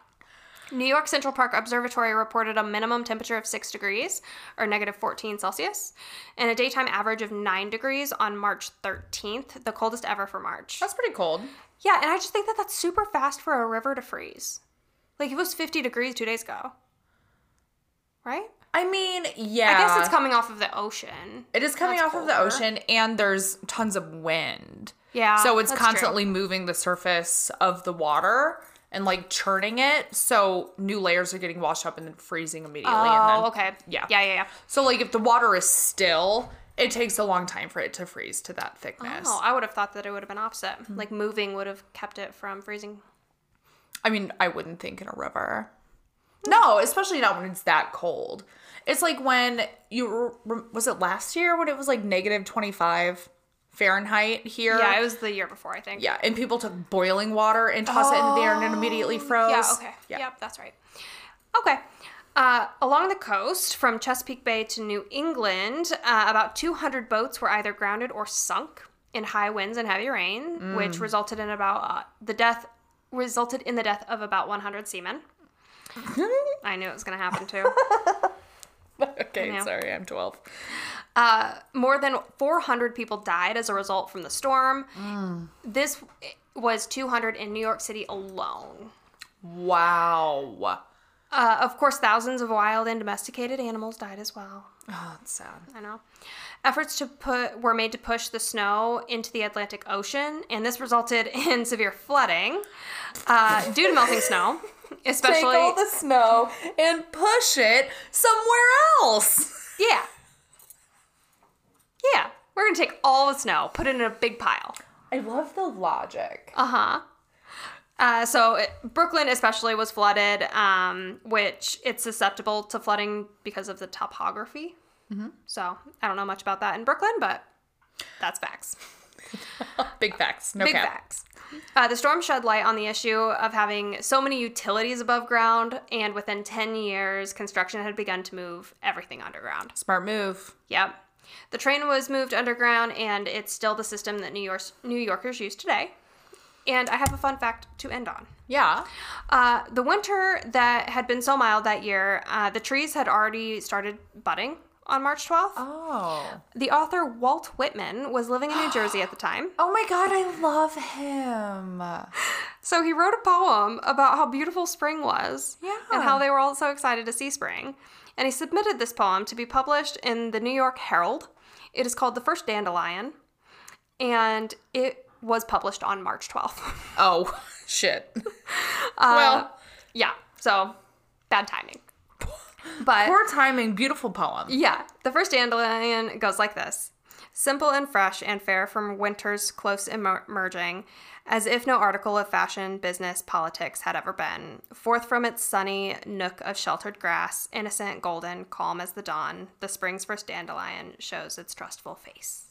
[SPEAKER 3] New York Central Park Observatory reported a minimum temperature of 6 degrees or negative 14 Celsius and a daytime average of 9 degrees on March 13th, the coldest ever for March.
[SPEAKER 4] That's pretty cold.
[SPEAKER 3] Yeah, and I just think that that's super fast for a river to freeze. Like it was 50 degrees 2 days ago. Right?
[SPEAKER 4] I mean, yeah.
[SPEAKER 3] I guess it's coming off of the ocean.
[SPEAKER 4] It is coming off
[SPEAKER 3] That's
[SPEAKER 4] of the
[SPEAKER 3] colder.
[SPEAKER 4] ocean, and there's tons of wind.
[SPEAKER 3] Yeah,
[SPEAKER 4] So it's
[SPEAKER 3] Ah, that's true.
[SPEAKER 4] constantly moving the surface of the water and like churning it. So new layers are getting washed up and then freezing immediately. and
[SPEAKER 3] Oh,
[SPEAKER 4] then,
[SPEAKER 3] okay.
[SPEAKER 4] Yeah.
[SPEAKER 3] Yeah, yeah, yeah.
[SPEAKER 4] So like if the water is still, it takes a long time for it to freeze to that thickness.
[SPEAKER 3] Oh, I would have thought that it would have been opposite.
[SPEAKER 4] Mm-hmm.
[SPEAKER 3] Like moving would have kept it from freezing.
[SPEAKER 4] I mean, I wouldn't think in a river. No, especially not when it's that cold. It's like when you were- was it last year when it was like negative 25 Fahrenheit here.
[SPEAKER 3] Yeah, it was the year before, I think.
[SPEAKER 4] Yeah, and people took boiling water and tossed it into the air and it immediately froze.
[SPEAKER 3] Oh, Yeah, okay.
[SPEAKER 4] Yeah.
[SPEAKER 3] Yep, that's right. Okay. Uh, along the coast, from Chesapeake Bay to New England, uh, about 200 boats were either grounded or sunk in high winds and heavy rain, which resulted in about uh, the death resulted in the death of about 100 seamen. I knew it was going to happen too.
[SPEAKER 4] okay,
[SPEAKER 3] Yeah.
[SPEAKER 4] sorry, I'm 12.
[SPEAKER 3] Uh, more than 400 people died as a result from the storm. This was 200 in New York City alone.
[SPEAKER 4] Wow. Oh,
[SPEAKER 3] Uh, of course, thousands of wild and domesticated animals died as well.
[SPEAKER 4] Oh, that's sad.
[SPEAKER 3] I know. Efforts to put were made to push the snow into the Atlantic Ocean, and this resulted in severe flooding uh, due to melting snow,
[SPEAKER 4] Take
[SPEAKER 3] especially
[SPEAKER 4] all the snow and push it somewhere else.
[SPEAKER 3] yeah, yeah. We're gonna take all the snow, put it in a big pile.
[SPEAKER 4] I love the logic.
[SPEAKER 3] Uh-huh. Uh, so it, Brooklyn especially was flooded, um, which it's susceptible to flooding because of the topography.
[SPEAKER 4] Mm-hmm.
[SPEAKER 3] So I don't know much about that in Brooklyn, but that's facts.
[SPEAKER 4] Big facts. No
[SPEAKER 3] Big
[SPEAKER 4] cap.
[SPEAKER 3] facts. Uh, the storm shed light on the issue of having so many utilities above ground, and within 10 years, construction had begun to move everything underground.
[SPEAKER 4] Smart move.
[SPEAKER 3] Yep. The train was moved underground, and it's still the system that New, York- New Yorkers use today. And I have a fun fact to end on.
[SPEAKER 4] Yeah.
[SPEAKER 3] Uh, the winter that had been so mild that year, uh, the trees had already started budding on March 12th.
[SPEAKER 4] Oh.
[SPEAKER 3] The author Walt Whitman was living in New Jersey at the time.
[SPEAKER 4] Oh my god, I love him.
[SPEAKER 3] So he wrote a poem about how beautiful spring was
[SPEAKER 4] Yeah.
[SPEAKER 3] and how they were all so excited to see spring. And he submitted this poem to be published in the New York Herald. It is called The First Dandelion, and it was published on March 12th.
[SPEAKER 4] Oh, shit. well,
[SPEAKER 3] yeah, so bad timing. But
[SPEAKER 4] poor timing, beautiful poem.
[SPEAKER 3] Yeah, the first dandelion goes like this Simple and fresh and fair from winter's close emer- emerging, as if no article of fashion, business, politics had ever been. Forth from its sunny nook of sheltered grass, innocent, golden, calm as the dawn, the spring's first dandelion shows its trustful face.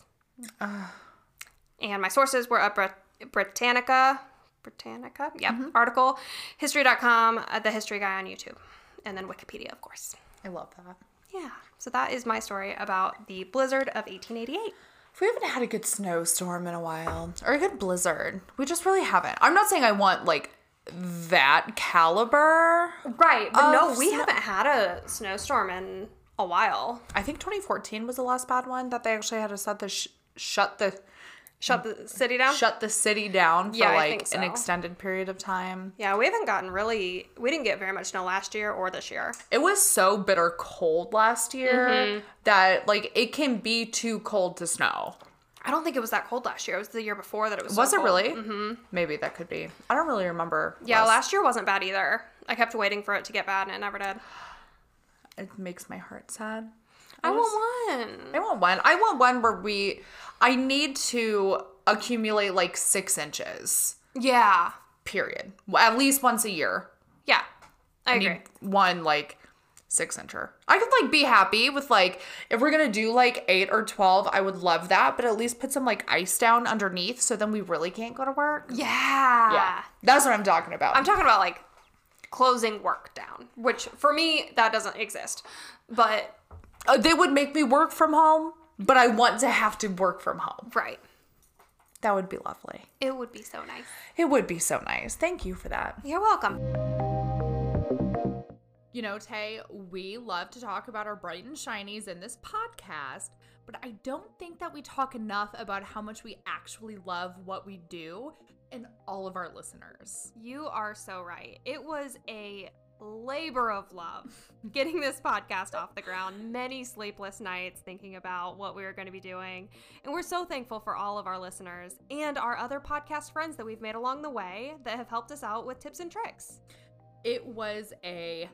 [SPEAKER 3] And my sources were a Brit- Britannica, Britannica, yeah, article, history.com, uh, the history guy on YouTube, and then Wikipedia, of course.
[SPEAKER 4] I love that.
[SPEAKER 3] Yeah. So that is my story about the blizzard of 1888.
[SPEAKER 4] We haven't had a good snowstorm in a while or a good blizzard. We just really haven't. I'm not saying I want like that caliber.
[SPEAKER 3] Right. But
[SPEAKER 4] Of
[SPEAKER 3] no, we
[SPEAKER 4] snow-
[SPEAKER 3] haven't had a snowstorm in a while.
[SPEAKER 4] I think 2014 was the last bad one that they actually had to shut the sh- shut the
[SPEAKER 3] Shut the city down.
[SPEAKER 4] shut the city down for
[SPEAKER 3] Yeah, I
[SPEAKER 4] like
[SPEAKER 3] think so.
[SPEAKER 4] an extended period of time.
[SPEAKER 3] yeah, we haven't gotten really, we didn't get very much snow last year or this year.
[SPEAKER 4] It was so bitter cold last year
[SPEAKER 3] Mm-hmm.
[SPEAKER 4] that like it can be too cold to snow.
[SPEAKER 3] I don't think it was that cold last year. It was the year before that it was. so
[SPEAKER 4] Was it
[SPEAKER 3] cold.
[SPEAKER 4] really? Mm-hmm. Maybe that could be. I don't really remember.
[SPEAKER 3] Yeah, last year wasn't bad either. I kept waiting for it to get bad and it never did.
[SPEAKER 4] it makes my heart sad.
[SPEAKER 3] I want one.
[SPEAKER 4] I want one. I want one where we. I need to accumulate like six inches.
[SPEAKER 3] Yeah.
[SPEAKER 4] Period. Well, At least once a year.
[SPEAKER 3] Yeah.
[SPEAKER 4] I
[SPEAKER 3] I agree.
[SPEAKER 4] need one like six incher. I could like be happy with like if we're gonna do like eight or twelve. I would love that, but at least put some like ice down underneath, so then we really can't go to work.
[SPEAKER 3] yeah.
[SPEAKER 4] Yeah, that's what I'm talking about.
[SPEAKER 3] I'm talking about like closing work down, which for me, that doesn't exist. But
[SPEAKER 4] Uh, they would make me work from home, but I want to have to work from home.
[SPEAKER 3] Right.
[SPEAKER 4] That would be lovely.
[SPEAKER 3] It would be so nice.
[SPEAKER 4] It would be so nice. Thank you for that.
[SPEAKER 3] You're welcome.
[SPEAKER 4] You know, Tay, we love to talk about our bright and shinies in this podcast, but I don't think that we talk enough about how much we actually love what we do and all of our listeners.
[SPEAKER 3] You are so right. It was a labor of love getting this podcast off the ground. Many sleepless nights thinking about what we were going to be doing. And we're so thankful for all of our listeners and our other podcast friends that we've made along the way that have helped us out with tips and tricks.
[SPEAKER 4] It was a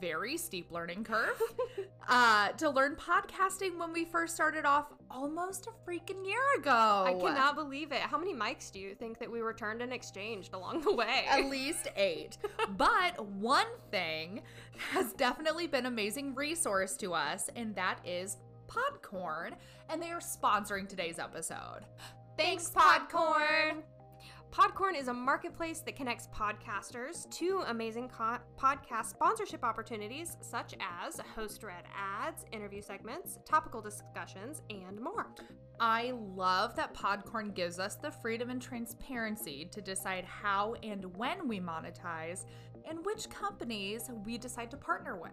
[SPEAKER 4] very steep learning curve uh, to learn podcasting when we first started off almost a freaking year ago.
[SPEAKER 3] I cannot believe it. How many mics do you think that we returned and exchanged along the way?
[SPEAKER 4] at least eight. but one thing has definitely been amazing resource to us, and that is Podcorn, and they are sponsoring today's episode. Thanks, Podcorn.
[SPEAKER 3] Podcorn is a marketplace that connects podcasters to amazing co- podcast sponsorship opportunities such as host read ads, interview segments, topical discussions, and more.
[SPEAKER 4] I love that Podcorn gives us the freedom and transparency to decide how and when we monetize and which companies we decide to partner with.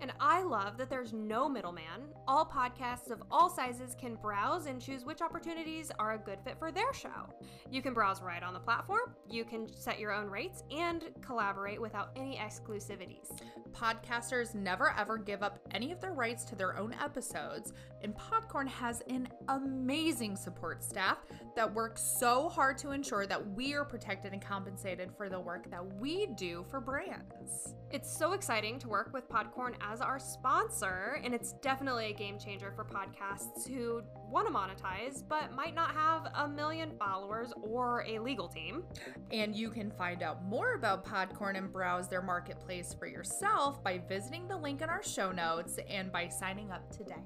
[SPEAKER 3] And I love that there's no middleman. All podcasts of all sizes can browse and choose which opportunities are a good fit for their show. You can browse right on the platform, you can set your own rates, and collaborate without any exclusivities.
[SPEAKER 4] Podcasters never ever give up any of their rights to their own episodes, and Podcorn has an amazing support staff that works so hard to ensure that we are protected and compensated for the work that we do for brands.
[SPEAKER 3] It's so exciting to work with Podcorn as our sponsor, and it's definitely a game changer for podcasts who want to monetize but might not have a million followers or a legal team.
[SPEAKER 4] And you can find out more about Podcorn and browse their marketplace for yourself by visiting the link in our show notes and by signing up today.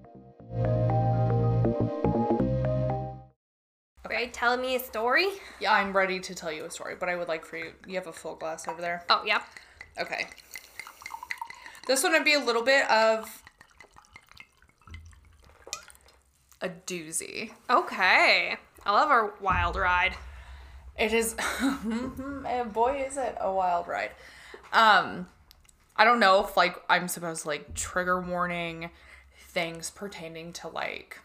[SPEAKER 3] Right? Telling me a story?
[SPEAKER 4] Yeah, I'm ready to tell you a story, but I would like for you. You have a full glass over there.
[SPEAKER 3] Oh, yeah.
[SPEAKER 4] Okay. This one would be a little bit of a doozy.
[SPEAKER 3] Okay. I love our wild ride.
[SPEAKER 4] It is, and boy, is it a wild ride. Um, I don't know if like I'm supposed to like trigger warning things pertaining to like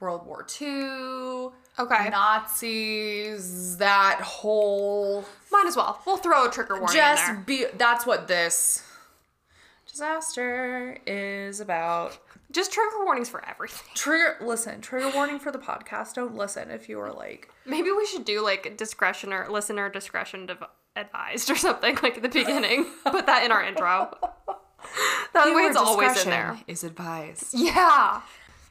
[SPEAKER 4] World War II,
[SPEAKER 3] Okay.
[SPEAKER 4] Nazis, that whole
[SPEAKER 3] Might as well. We'll throw a trigger warning
[SPEAKER 4] just
[SPEAKER 3] in there.
[SPEAKER 4] be that's what this disaster is about
[SPEAKER 3] Just trigger warnings for everything.
[SPEAKER 4] trigger listen trigger warning for the podcast don't listen if you are like
[SPEAKER 3] Maybe we should do like discretion or listener discretion div- advised or something like at the beginning. Put that in our intro. That way it's always in there.
[SPEAKER 4] is advised
[SPEAKER 3] Yeah.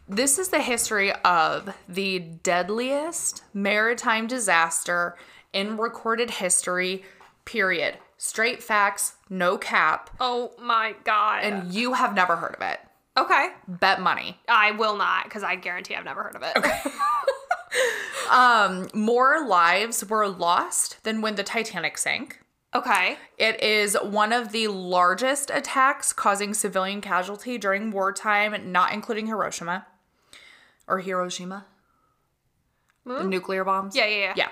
[SPEAKER 4] this is the history of the deadliest maritime disaster in recorded history period straight facts no cap
[SPEAKER 3] Oh my god.
[SPEAKER 4] and you have never heard of it
[SPEAKER 3] okay.
[SPEAKER 4] bet money
[SPEAKER 3] I will not because I guarantee I've never heard of it.
[SPEAKER 4] more lives were lost than when the titanic sank
[SPEAKER 3] okay.
[SPEAKER 4] It is one of the largest attacks causing civilian casualty during wartime, not including Hiroshima or Hiroshima. The nuclear bombs.
[SPEAKER 3] Yeah, yeah, yeah.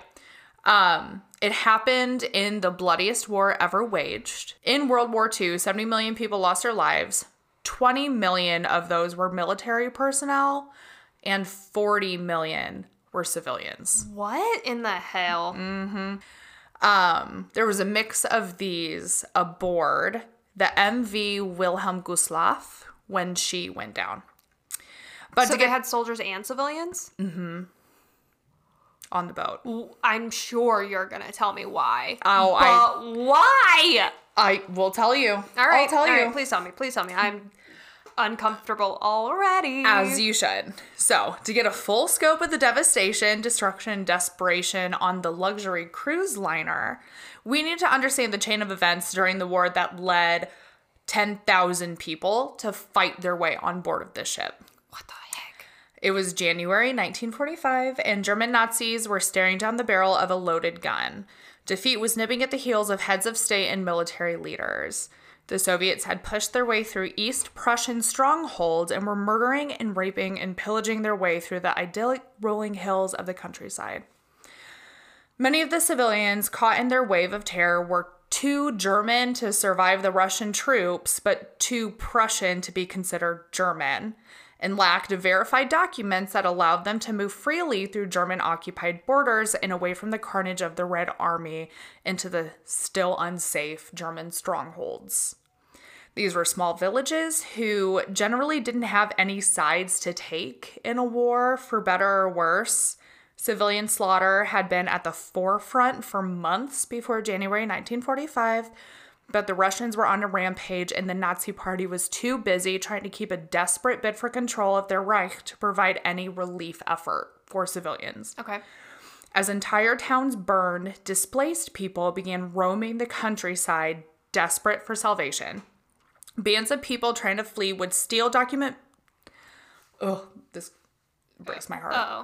[SPEAKER 4] Yeah. Um, it happened in the bloodiest war ever waged. In World War II, 70 million people lost their lives. 20 million of those were military personnel, and 40 million were civilians.
[SPEAKER 3] What in the hell?
[SPEAKER 4] Mm. Um, there was a mix of these aboard the MV Wilhelm Gustloff when she went down. But
[SPEAKER 3] So
[SPEAKER 4] to
[SPEAKER 3] they
[SPEAKER 4] get
[SPEAKER 3] had soldiers and civilians?
[SPEAKER 4] Mm. on the boat,
[SPEAKER 3] I'm sure you're gonna tell me why.
[SPEAKER 4] Oh,
[SPEAKER 3] but
[SPEAKER 4] I-
[SPEAKER 3] why?
[SPEAKER 4] I will tell you. All
[SPEAKER 3] All right,
[SPEAKER 4] I'll tell
[SPEAKER 3] all
[SPEAKER 4] you.
[SPEAKER 3] right, please tell me. Please tell me. I'm uncomfortable already.
[SPEAKER 4] As you should. So, to get a full scope of the devastation, destruction, and desperation on the luxury cruise liner, we need to understand the chain of events during the war that led 10,000 people to fight their way on board of this ship.
[SPEAKER 3] what the heck?
[SPEAKER 4] It was January 1945, and German Nazis were staring down the barrel of a loaded gun. Defeat was nipping at the heels of heads of state and military leaders. The Soviets had pushed their way through East Prussian strongholds and were murdering and raping and pillaging their way through the idyllic rolling hills of the countryside. Many of the civilians caught in their wave of terror were too German to survive the Russian troops, but too Prussian to be considered German, and lacked verified documents that allowed them to move freely through German occupied borders and away from the carnage of the Red Army into the still unsafe German strongholds. These were small villages who generally didn't have any sides to take in a war, for better or worse. Civilian slaughter had been at the forefront for months before January 1945, but the Russians were on a rampage and the Nazi Party was too busy trying to keep a desperate bid for control of their Reich to provide any relief effort for civilians.
[SPEAKER 3] Okay.
[SPEAKER 4] As entire towns burned, displaced people began roaming the countryside, desperate for salvation. Bands of people trying to flee would steal document. Oh, this breaks my heart.
[SPEAKER 3] Oh.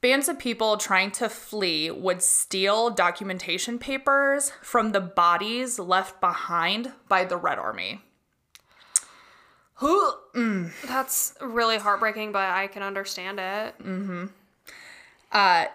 [SPEAKER 4] Bands of people trying to flee would steal documentation papers from the bodies left behind by the Red Army.
[SPEAKER 3] Who?
[SPEAKER 4] Mm.
[SPEAKER 3] That's really heartbreaking, but I can understand it.
[SPEAKER 4] Mm. uh,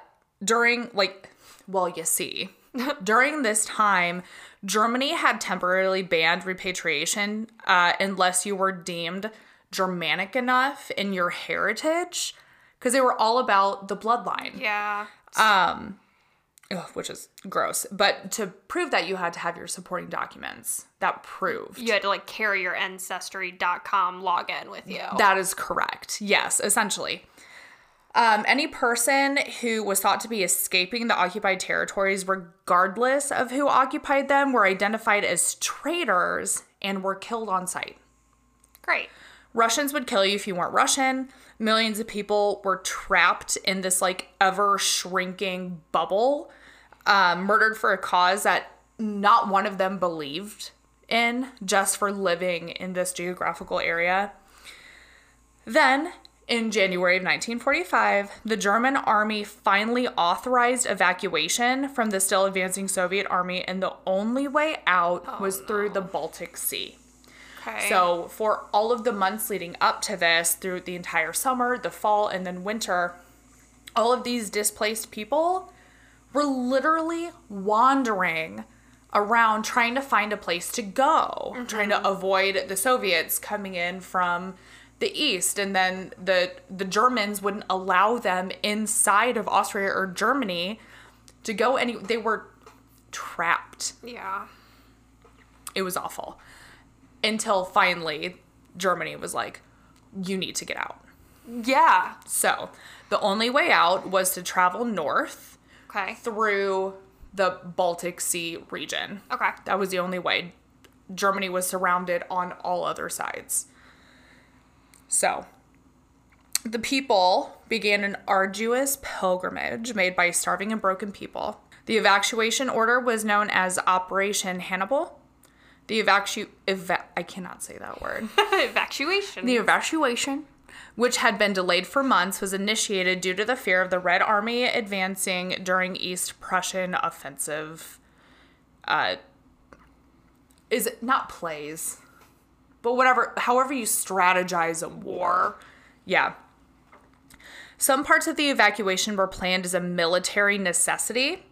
[SPEAKER 4] during like well you see during this time germany had temporarily banned repatriation uh, unless you were deemed germanic enough in your heritage because they were all about the bloodline
[SPEAKER 3] Yeah.
[SPEAKER 4] Ugh, which is gross but to prove that you had to have your supporting documents that proved
[SPEAKER 3] You had to like carry your ancestry.com login with you.
[SPEAKER 4] That is correct. Yes, essentially. Um, any person who was thought to be escaping the occupied territories, regardless of who occupied them, were identified as traitors and were killed on site.
[SPEAKER 3] Great.
[SPEAKER 4] Russians would kill you if you weren't Russian. Millions of people were trapped in this like ever shrinking bubble, um, murdered for a cause that not one of them believed in, just for living in this geographical area. Then, In January of 1945, the German army finally authorized evacuation from the still advancing Soviet army, and the only way out was through the Baltic Sea.
[SPEAKER 3] Okay.
[SPEAKER 4] So, for all of the months leading up to this, through the entire summer, the fall, and then winter, all of these displaced people were literally wandering around trying to find a place to go, trying to avoid the Soviets coming in from the east and then the the Germans wouldn't allow them inside of Austria or Germany to go any they were trapped
[SPEAKER 3] yeah.
[SPEAKER 4] it was awful until finally germany was like you need to get out
[SPEAKER 3] Yeah.
[SPEAKER 4] so the only way out was to travel north
[SPEAKER 3] Okay.
[SPEAKER 4] through the baltic sea region
[SPEAKER 3] Okay.
[SPEAKER 4] that was the only way germany was surrounded on all other sides so the people began an arduous pilgrimage made by starving and broken people the evacuation order was known as operation hannibal the evacu- eva- i cannot say that word
[SPEAKER 3] Evacuation.
[SPEAKER 4] the evacuation, which had been delayed for months, was initiated due to the fear of the Red Army advancing during East Prussian offensive. Uh, is it not plays, but whatever. However, you strategize a war, yeah. Some parts of the evacuation were planned as a military necessity.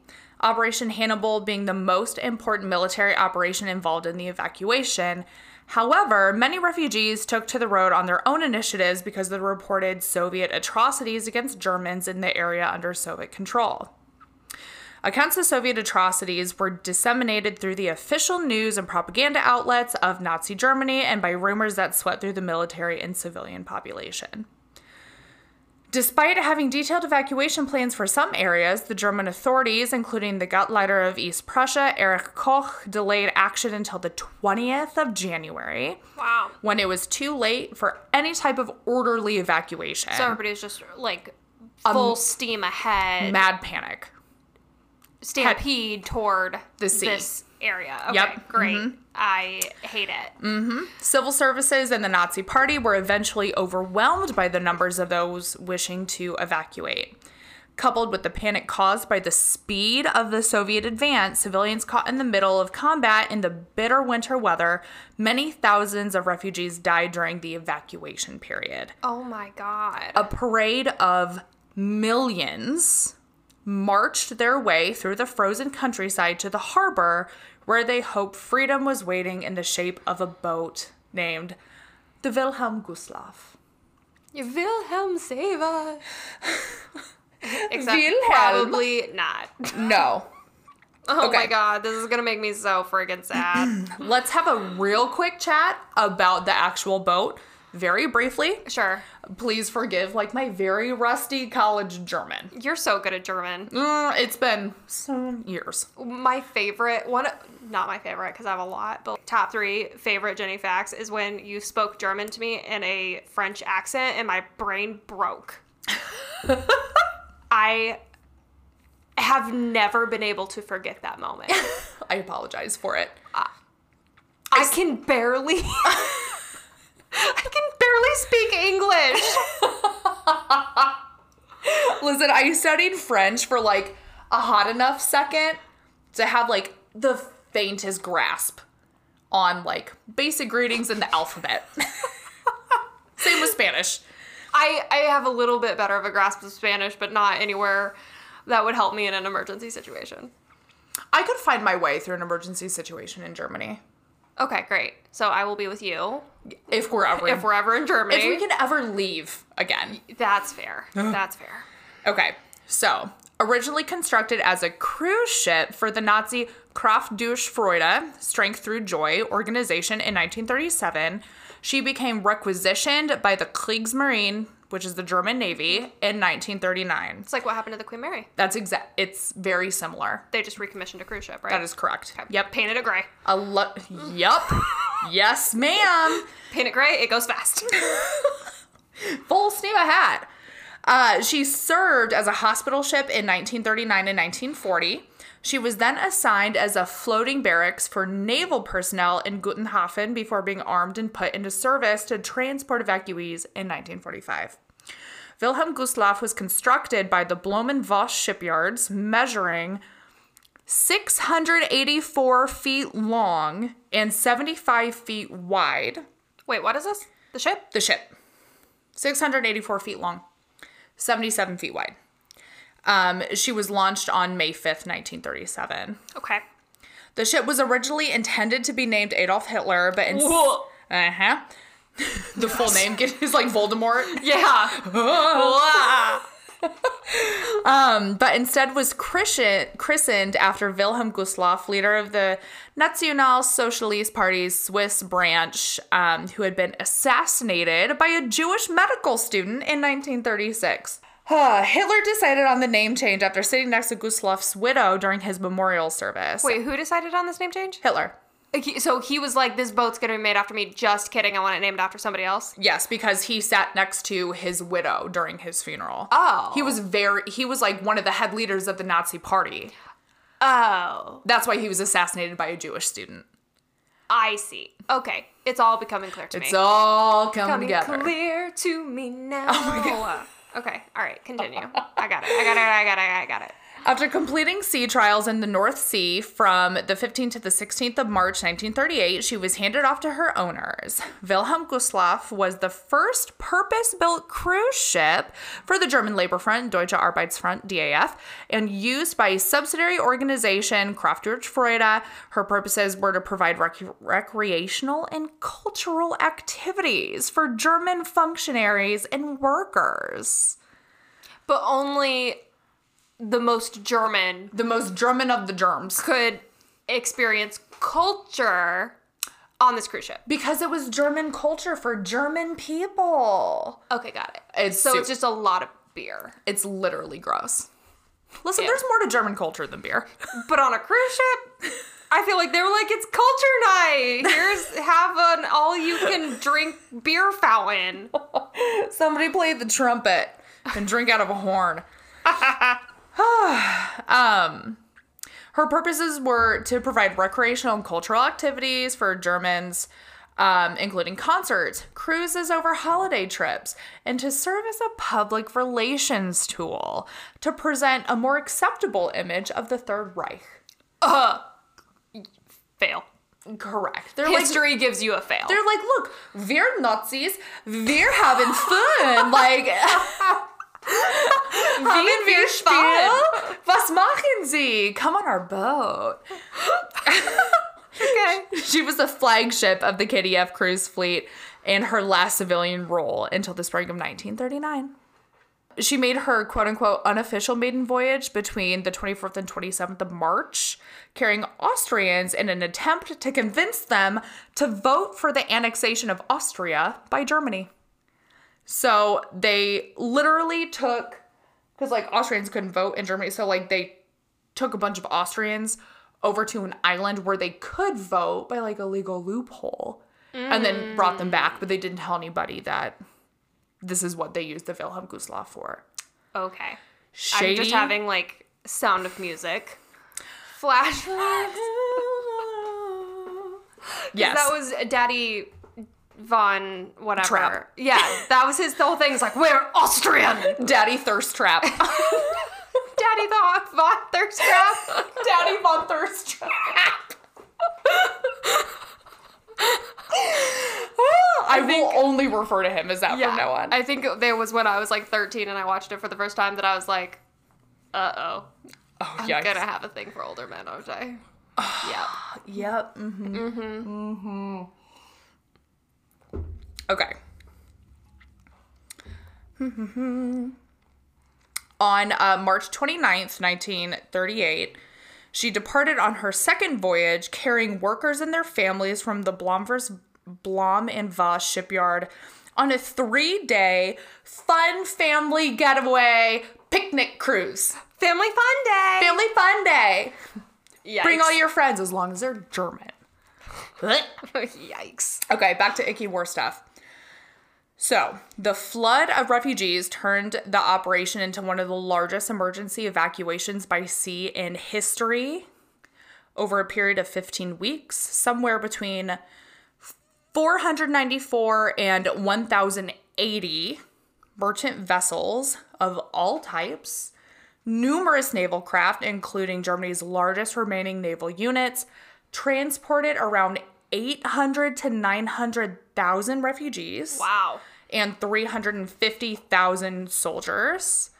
[SPEAKER 4] Operation Hannibal being the most important military operation involved in the evacuation. However, many refugees took to the road on their own initiatives because of the reported Soviet atrocities against Germans in the area under Soviet control. Accounts of Soviet atrocities were disseminated through the official news and propaganda outlets of Nazi Germany and by rumors that swept through the military and civilian population. Despite having detailed evacuation plans for some areas, the German authorities, including the Gauleiter of East Prussia, Erich Koch, delayed action until the 20th of January,
[SPEAKER 3] wow.
[SPEAKER 4] when it was too late for any type of orderly evacuation.
[SPEAKER 3] So everybody was just like full steam ahead,
[SPEAKER 4] Mad panic.
[SPEAKER 3] stampede toward
[SPEAKER 4] The sea.
[SPEAKER 3] this area. Okay,
[SPEAKER 4] Yep. Mm-hmm. Mm.
[SPEAKER 3] great. I hate it.
[SPEAKER 4] Civil services and the Nazi Party were eventually overwhelmed by the numbers of those wishing to evacuate. Coupled with the panic caused by the speed of the Soviet advance, civilians caught in the middle of combat in the bitter winter weather, many thousands of refugees died during the evacuation period.
[SPEAKER 3] Oh my god.
[SPEAKER 4] A parade of millions marched their way through the frozen countryside to the harbor where they hoped freedom was waiting in the shape of a boat named the Wilhelm Gustloff.
[SPEAKER 3] Wilhelm save us. Except
[SPEAKER 4] Wilhelm.
[SPEAKER 3] probably not.
[SPEAKER 4] No.
[SPEAKER 3] Oh my
[SPEAKER 4] Okay.
[SPEAKER 3] god, this is gonna make me so freaking sad.
[SPEAKER 4] Let's have a real quick chat about the actual boat very briefly.
[SPEAKER 3] sure.
[SPEAKER 4] Please forgive like my very rusty college German.
[SPEAKER 3] You're so good at German.
[SPEAKER 4] Mm, it's been some years.
[SPEAKER 3] My favorite one, not my favorite because I have a lot, but top three favorite Jenny facts is when you spoke German to me in a French accent and my brain broke. I have never been able to forget that moment.
[SPEAKER 4] I apologize for it.
[SPEAKER 3] I can barely. I can barely speak English.
[SPEAKER 4] Listen, I studied French for like a hot enough second to have like the faintest grasp on like basic greetings in the alphabet. Same with Spanish.
[SPEAKER 3] I, I have a little bit better of a grasp of Spanish, but not anywhere that would help me in an emergency situation.
[SPEAKER 4] I could find my way through an emergency situation in Germany
[SPEAKER 3] Okay, great. So I will be with you
[SPEAKER 4] if we're ever
[SPEAKER 3] if we're ever in Germany.
[SPEAKER 4] if we can ever leave again.
[SPEAKER 3] That's fair. That's fair.
[SPEAKER 4] Okay, so originally constructed as a cruise ship for the Nazi Kraft durch Freude, Strength Through Joy organization in 1937, she became requisitioned by the Kriegsmarine, which is the German Navy, in 1939.
[SPEAKER 3] It's like what happened to the Queen Mary.
[SPEAKER 4] That's exact. It's very similar.
[SPEAKER 3] They just recommissioned a cruise ship, right?
[SPEAKER 4] That is correct. Yep.
[SPEAKER 3] Paint it a gray.
[SPEAKER 4] A lo- yep. yes, ma'am.
[SPEAKER 3] Paint it gray, it goes fast.
[SPEAKER 4] full steam ahead. Uh, she served as a hospital ship in 1939 and 1940. She was then assigned as a floating barracks for naval personnel in Gutenhafen before being armed and put into service to transport evacuees in 1945. Wilhelm Gustloff was constructed by the Blomenvoss shipyards, measuring 684 feet long and 75 feet wide.
[SPEAKER 3] Wait, what is this? The ship?
[SPEAKER 4] The ship, 684 feet long, 77 feet wide. Um, she was launched on May 5th, 1937.
[SPEAKER 3] Okay.
[SPEAKER 4] The ship was originally intended to be named Adolf Hitler, but in
[SPEAKER 3] Whoa.
[SPEAKER 4] uh huh, the full name is like Voldemort.
[SPEAKER 3] Yeah.
[SPEAKER 4] Um, but instead was christen- christened after Wilhelm Gustloff, leader of the National Socialist Party's Swiss branch, um, who had been assassinated by a Jewish medical student in 1936. Huh, Hitler decided on the name change after sitting next to Gustloff's widow during his memorial service.
[SPEAKER 3] Wait, who decided on this name change?
[SPEAKER 4] Hitler.
[SPEAKER 3] Okay, So he was like, this boat's gonna be made after me. Just kidding. I want it named after somebody else.
[SPEAKER 4] Yes, because he sat next to his widow during his funeral.
[SPEAKER 3] Oh.
[SPEAKER 4] He was very, he was like one of the head leaders of the Nazi party.
[SPEAKER 3] Oh.
[SPEAKER 4] That's why he was assassinated by a Jewish student.
[SPEAKER 3] I see. Okay. It's Oh all becoming clear to me.
[SPEAKER 4] It's all come
[SPEAKER 3] becoming
[SPEAKER 4] together.
[SPEAKER 3] clear to me now. Okay. All right. Continue. I got it. I got it. I got it. I got it.
[SPEAKER 4] After completing sea trials in the North Sea from the 15th to the 16th of March 1938, she was handed off to her owners. Wilhelm Gustloff was the first purpose built cruise ship for the German Labor Front, Deutsche Arbeitsfront, DAF, and used by a subsidiary organization, Kraftwerk Freude. Her purposes were to provide rec- recreational and cultural activities for German functionaries and workers.
[SPEAKER 3] But only the most German
[SPEAKER 4] The most German of the germs.
[SPEAKER 3] could experience culture on this cruise ship.
[SPEAKER 4] Because it was German culture for German people.
[SPEAKER 3] Okay, got it.
[SPEAKER 4] It's
[SPEAKER 3] so
[SPEAKER 4] su-
[SPEAKER 3] it's just a lot of beer.
[SPEAKER 4] It's literally gross. Listen,
[SPEAKER 3] Yeah.
[SPEAKER 4] there's more to German culture than beer.
[SPEAKER 3] But on a cruise ship, I feel like they were like, it's culture night. Here's have an all you can drink beer fountain.
[SPEAKER 4] Somebody play the trumpet and drink out of a horn. um, her purposes were to provide recreational and cultural activities for Germans, um, including concerts, cruises over holiday trips, and to serve as a public relations tool to present a more acceptable image of the Third Reich.
[SPEAKER 3] Fail.
[SPEAKER 4] Correct. They're like
[SPEAKER 3] History gives you a fail.
[SPEAKER 4] they're like, look, we're Nazis, we're having fun. like having
[SPEAKER 3] wir
[SPEAKER 4] wir
[SPEAKER 3] fun.
[SPEAKER 4] Spiel? Was machen Sie? Come on our boat.
[SPEAKER 3] Okay.
[SPEAKER 4] She was the flagship of the KDF cruise fleet in her last civilian role until the spring of 1939. She made her quote unquote unofficial maiden voyage between the 24th and 27th of March, carrying Austrians in an attempt to convince them to vote for the annexation of Austria by Germany. So they literally took, because like Austrians couldn't vote in Germany, so like they took a bunch of Austrians over to an island where they could vote by like a legal loophole and then brought them back, but they didn't tell anybody that this is what they used the Wilhelm Gustloff for.
[SPEAKER 3] Okay.
[SPEAKER 4] Shady.
[SPEAKER 3] I'm just having like sound of music. Flash.
[SPEAKER 4] yes.
[SPEAKER 3] That was Daddy Von whatever.
[SPEAKER 4] Trapp.
[SPEAKER 3] Yeah, that was his the whole thing. He's like, we're Austrian.
[SPEAKER 4] Daddy Thirst Trap.
[SPEAKER 3] Daddy the Von Thirst Trap.
[SPEAKER 4] Daddy Von Thirst Trap. I,
[SPEAKER 3] think-
[SPEAKER 4] will only refer to him as that from now on.
[SPEAKER 3] I think there was when I was like 13 and I watched it for the first time that I was like, uh oh,
[SPEAKER 4] oh,
[SPEAKER 3] I'm
[SPEAKER 4] yikes.
[SPEAKER 3] gonna have a thing for older men, aren't I? yeah.
[SPEAKER 4] Yep. Mm-hmm. Mm-hmm. Okay. Mm-hmm. on uh, March 29th, 1938, she departed on her second voyage, carrying workers and their families from the Blomvers, Blom and Voss shipyard on a three-day fun family getaway picnic cruise.
[SPEAKER 3] Family fun day.
[SPEAKER 4] Family fun day.
[SPEAKER 3] Yikes.
[SPEAKER 4] Bring all your friends as long as they're German.
[SPEAKER 3] Yikes.
[SPEAKER 4] Okay, back to icky war stuff. So, the flood of refugees turned the operation into one of the largest emergency evacuations by sea in history over a period of 15 weeks, somewhere between 494 and 1,080 merchant vessels of all types, numerous naval craft, including Germany's largest remaining naval units, transported around 800 to 900,000 refugees
[SPEAKER 3] Wow.
[SPEAKER 4] and 350,000 soldiers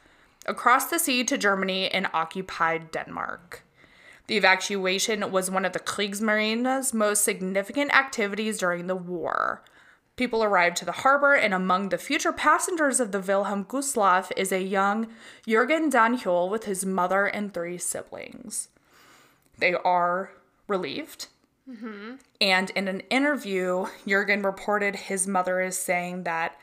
[SPEAKER 4] across the sea to Germany and occupied Denmark. The evacuation was one of the Kriegsmarine's most significant activities during the war. People arrived to the harbor, and among the future passengers of the Wilhelm Gustloff is a young Jürgen Danhul with his mother and three siblings. They are relieved and in an interview, Jurgen reported his mother is saying that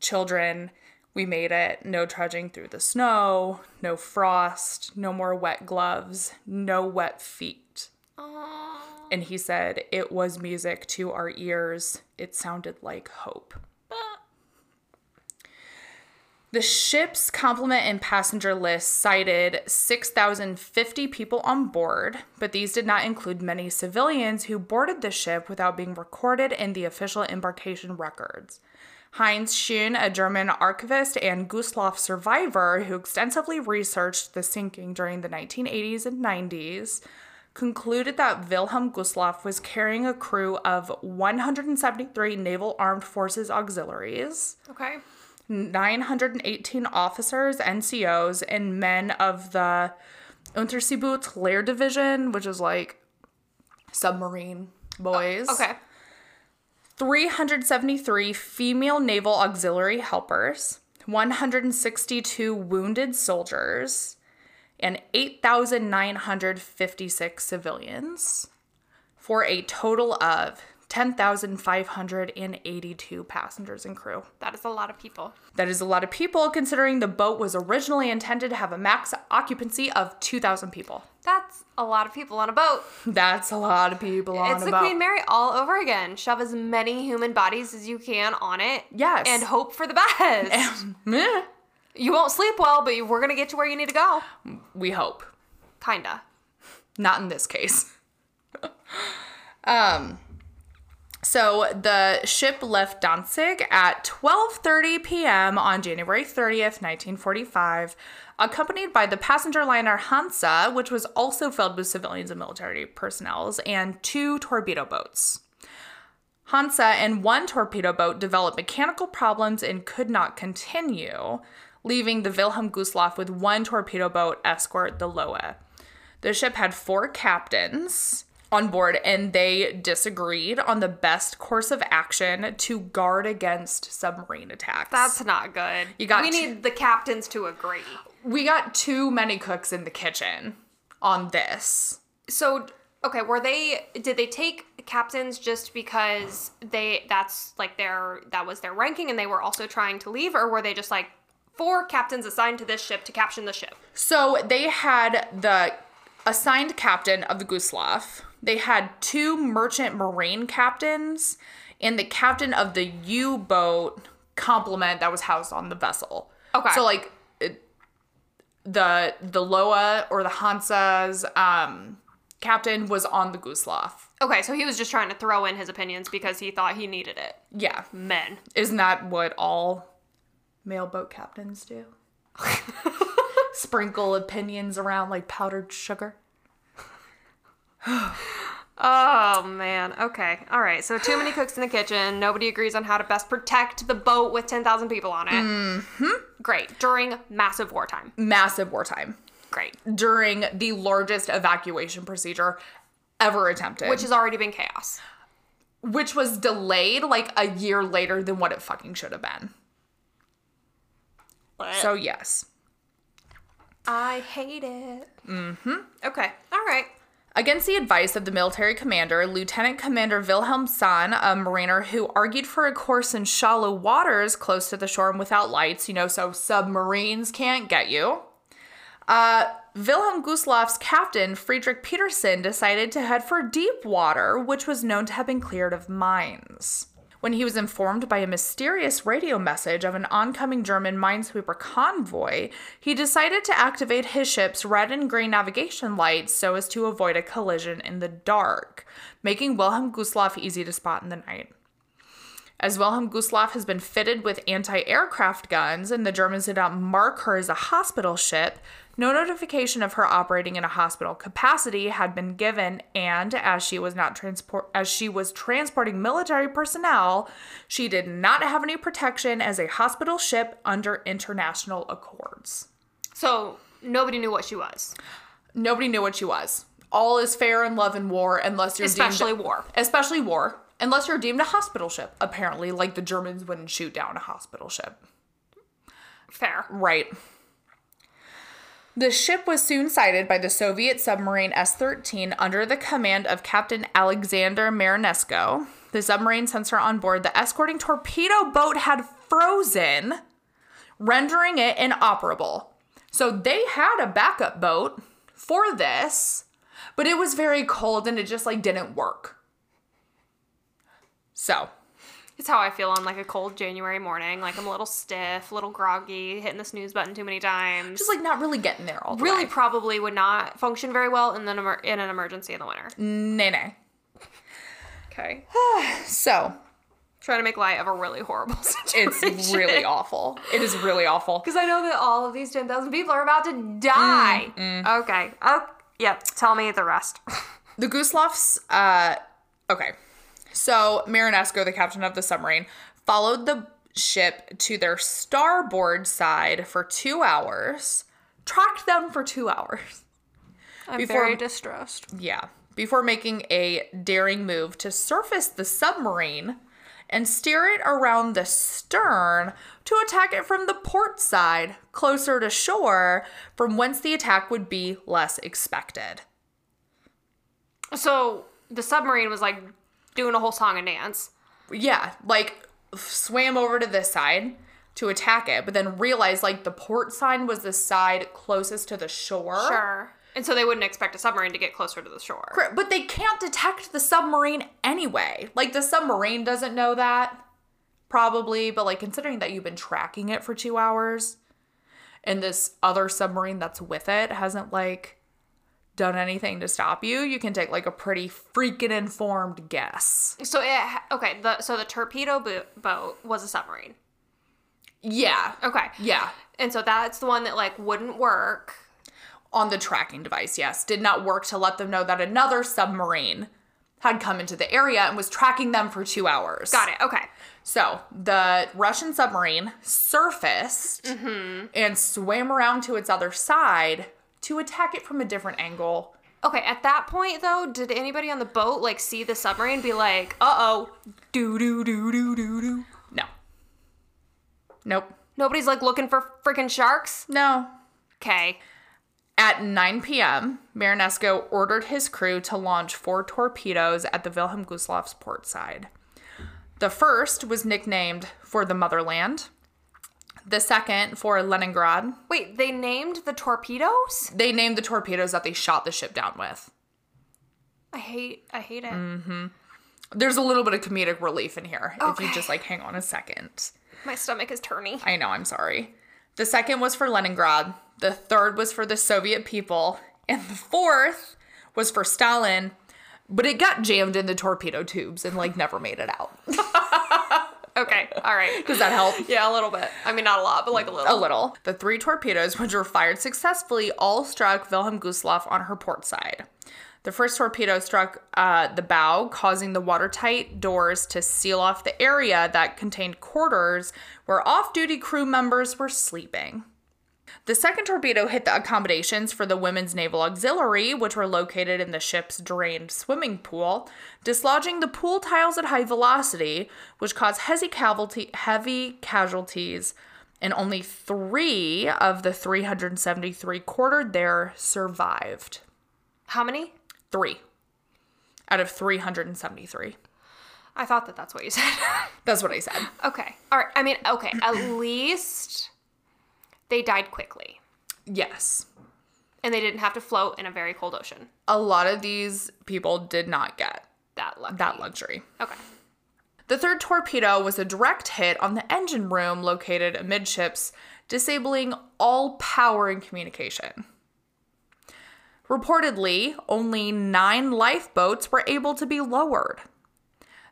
[SPEAKER 4] children, we made it. No trudging through the snow, no frost, no more wet gloves, no wet feet. And he said, it was music to our ears. It sounded like hope. The ship's complement and passenger list cited 6,050 people on board, but these did not include many civilians who boarded the ship without being recorded in the official embarkation records. Heinz Schön, a German archivist and Gustloff survivor who extensively researched the sinking during the 1980s and 90s, concluded that Wilhelm Gustloff was carrying a crew of 173 Naval Armed Forces auxiliaries.
[SPEAKER 3] Okay.
[SPEAKER 4] 918 officers, NCOs, and men of the Unterseeboot Lair Division, which is like submarine boys.
[SPEAKER 3] Oh, Okay.
[SPEAKER 4] 373 female naval auxiliary helpers, 162 wounded soldiers, and 8,956 civilians for a total of 10,582 passengers and crew.
[SPEAKER 3] That is a lot of people.
[SPEAKER 4] That is a lot of people considering the boat was originally intended to have a max occupancy of 2,000 people.
[SPEAKER 3] That's a lot of people on a boat.
[SPEAKER 4] That's a lot of people on
[SPEAKER 3] it's
[SPEAKER 4] a
[SPEAKER 3] the
[SPEAKER 4] boat.
[SPEAKER 3] Queen Mary all over again. Shove as many human bodies as you can on it.
[SPEAKER 4] Yes.
[SPEAKER 3] And hope for the best.
[SPEAKER 4] Meh.
[SPEAKER 3] you won't sleep well, but you- we're going to get to where you need to go.
[SPEAKER 4] we hope.
[SPEAKER 3] Kinda.
[SPEAKER 4] Not in this case. um so the ship left Danzig at 12:30 p.m. on January 30th, 1945, accompanied by the passenger liner Hansa, which was also filled with civilians and military personnel, and two torpedo boats. Hansa and one torpedo boat developed mechanical problems and could not continue, leaving the Wilhelm Gustloff with one torpedo boat escort, the Loa. The ship had four captains on board and they disagreed on the best course of action to guard against submarine attacks.
[SPEAKER 3] That's not good. You
[SPEAKER 4] got
[SPEAKER 3] We
[SPEAKER 4] to-
[SPEAKER 3] need the captains to agree.
[SPEAKER 4] we got too many cooks in the kitchen on this.
[SPEAKER 3] So, okay, were they did they take captains just because they that's like their that was their ranking and they were also trying to leave or were they just like four captains assigned to this ship to caption the ship?
[SPEAKER 4] So they had the assigned captain of the Gustloff. They had two merchant marine captains and the captain of the U-boat complement that was housed on the vessel.
[SPEAKER 3] Okay.
[SPEAKER 4] So like it, the the Loa or the Hansa's um, captain was on the Gustloff.
[SPEAKER 3] Okay, so he was just trying to throw in his opinions because he thought he needed it.
[SPEAKER 4] Yeah,
[SPEAKER 3] Men.
[SPEAKER 4] isn't that what all male boat captains do? Sprinkle opinions around like powdered sugar.
[SPEAKER 3] Oh man. Okay. All right. So too many cooks in the kitchen. Nobody agrees on how to best protect the boat with 10,000 people on it. Mhm.
[SPEAKER 4] Mm-hmm.
[SPEAKER 3] Great. During massive wartime.
[SPEAKER 4] Massive wartime.
[SPEAKER 3] Great.
[SPEAKER 4] during the largest evacuation procedure ever attempted,
[SPEAKER 3] Which has already been chaos.
[SPEAKER 4] which was delayed like a year later than what it fucking should have been.
[SPEAKER 3] Uh,
[SPEAKER 4] So yes.
[SPEAKER 3] I hate it. Mhm.
[SPEAKER 4] Mm-hmm.
[SPEAKER 3] Okay. All right.
[SPEAKER 4] Against the advice of the military commander, Lieutenant Commander Wilhelm Sahn, a mariner who argued for a course in shallow waters close to the shore and without lights, you know, so submarines can't get you. Uh, Wilhelm Gustloff's captain, Friedrich Petersen, decided to head for deep water, which was known to have been cleared of mines. When he was informed by a mysterious radio message of an oncoming German minesweeper convoy, he decided to activate his ship's red and green navigation lights so as to avoid a collision in the dark, making Wilhelm Gustloff easy to spot in the night. As Wilhelm Gustloff has been fitted with anti aircraft guns and the Germans did not mark her as a hospital ship, no notification of her operating in a hospital capacity had been given, and as she was not transport as she was transporting military personnel, she did not have any protection as a hospital ship under international accords.
[SPEAKER 3] So nobody knew what she was,
[SPEAKER 4] Nobody knew what she was. All is fair in love and war unless you're deemed-
[SPEAKER 3] especially war.
[SPEAKER 4] especially war, unless you're deemed a hospital ship. Apparently, like the Germans wouldn't shoot down a hospital ship.
[SPEAKER 3] Fair.
[SPEAKER 4] Right. The ship was soon sighted by the Soviet submarine S 13 under the command of Captain Alexander Marinesco. The submarine, since her on board the escorting torpedo boat, had frozen, rendering it inoperable. So they had a backup boat for this, but it was very cold and it just like didn't work. So
[SPEAKER 3] It's how I feel on like a cold January morning. Like I'm a little stiff, a little groggy, hitting the snooze button too many times.
[SPEAKER 4] just like not really getting there all the
[SPEAKER 3] really
[SPEAKER 4] way.
[SPEAKER 3] probably would not function very well in, the, emer- in an emergency in the winter.
[SPEAKER 4] Nay, nay.
[SPEAKER 3] Okay.
[SPEAKER 4] So
[SPEAKER 3] Trying to make light of a really horrible situation.
[SPEAKER 4] It's really awful. It is really awful.
[SPEAKER 3] Because I know that all of these 10,000 people are about to die.
[SPEAKER 4] Mm,
[SPEAKER 3] Okay. Oh, yeah. Tell me the rest.
[SPEAKER 4] The Guslovs, uh, okay. So Marinesco, the captain of the submarine, followed the ship to their starboard side for two hours, tracked them for two hours.
[SPEAKER 3] I'm
[SPEAKER 4] Before- very
[SPEAKER 3] distressed.
[SPEAKER 4] Yeah. Before making a daring move to surface the submarine and steer it around the stern to attack it from the port side, closer to shore, from whence the attack would be less expected.
[SPEAKER 3] So the submarine was like doing a whole song and dance.
[SPEAKER 4] yeah, like swam over to this side to attack it, but then realized like the port sign was the side closest to the shore.
[SPEAKER 3] Sure. And so they wouldn't expect a submarine to get closer to the shore.
[SPEAKER 4] Cor- But they can't detect the submarine anyway. Like the submarine doesn't know that, probably. But like considering that you've been tracking it for two hours, and this other submarine that's with it hasn't like done anything to stop you, you can take like a pretty freaking informed guess.
[SPEAKER 3] So it ha- okay. The so the torpedo bo- boat was a submarine.
[SPEAKER 4] Yeah.
[SPEAKER 3] Okay.
[SPEAKER 4] Yeah.
[SPEAKER 3] And so that's the one that like wouldn't work.
[SPEAKER 4] on the tracking device, yes, did not work to let them know that another submarine had come into the area and was tracking them for two hours.
[SPEAKER 3] Got it. Okay.
[SPEAKER 4] So the Russian submarine surfaced
[SPEAKER 3] Mm-hmm.
[SPEAKER 4] and swam around to its other side to attack it from a different angle.
[SPEAKER 3] Okay. At that point though, did anybody on the boat like see the submarine and be like, "Uh oh,
[SPEAKER 4] Do, do, do, do, do, do. No. Nope.
[SPEAKER 3] nobody's like looking for freaking sharks"?
[SPEAKER 4] No.
[SPEAKER 3] Okay.
[SPEAKER 4] At 9 p.m., Marinesco ordered his crew to launch four torpedoes at the Wilhelm Gustloff's port side. The first was nicknamed for the motherland, the second for Leningrad.
[SPEAKER 3] Wait, they named the torpedoes?
[SPEAKER 4] They named the torpedoes that they shot the ship down with.
[SPEAKER 3] I hate. I hate it.
[SPEAKER 4] There's a little bit of comedic relief in here if you
[SPEAKER 3] Okay.
[SPEAKER 4] just like hang on a second.
[SPEAKER 3] My stomach is turning.
[SPEAKER 4] I know, I'm sorry. The second was for Leningrad, the third was for the Soviet people, and the fourth was for Stalin, but it got jammed in the torpedo tubes and like never made it out.
[SPEAKER 3] Okay. All right. Oh.
[SPEAKER 4] Does that help?
[SPEAKER 3] Yeah, a little bit. I mean, not a lot, but like a little.
[SPEAKER 4] A little. The three torpedoes, which were fired successfully, all struck Wilhelm Gustloff on her port side. The first torpedo struck uh, the bow, causing the watertight doors to seal off the area that contained quarters where off duty crew members were sleeping. The second torpedo hit the accommodations for the Women's Naval Auxiliary, which were located in the ship's drained swimming pool, dislodging the pool tiles at high velocity, which caused heavy, cavalty- heavy casualties, and only three of the 373 quartered there survived.
[SPEAKER 3] How many?
[SPEAKER 4] Three out of 373.
[SPEAKER 3] I thought that that's what you said.
[SPEAKER 4] That's what I said.
[SPEAKER 3] okay. All right. I mean, okay. At least they died quickly
[SPEAKER 4] Yes.
[SPEAKER 3] and they didn't have to float in a very cold ocean.
[SPEAKER 4] A lot of these people did not get
[SPEAKER 3] That luck.
[SPEAKER 4] that luxury.
[SPEAKER 3] Okay.
[SPEAKER 4] The third torpedo was a direct hit on the engine room located amidships, disabling all power and communication. Reportedly, only nine lifeboats were able to be lowered.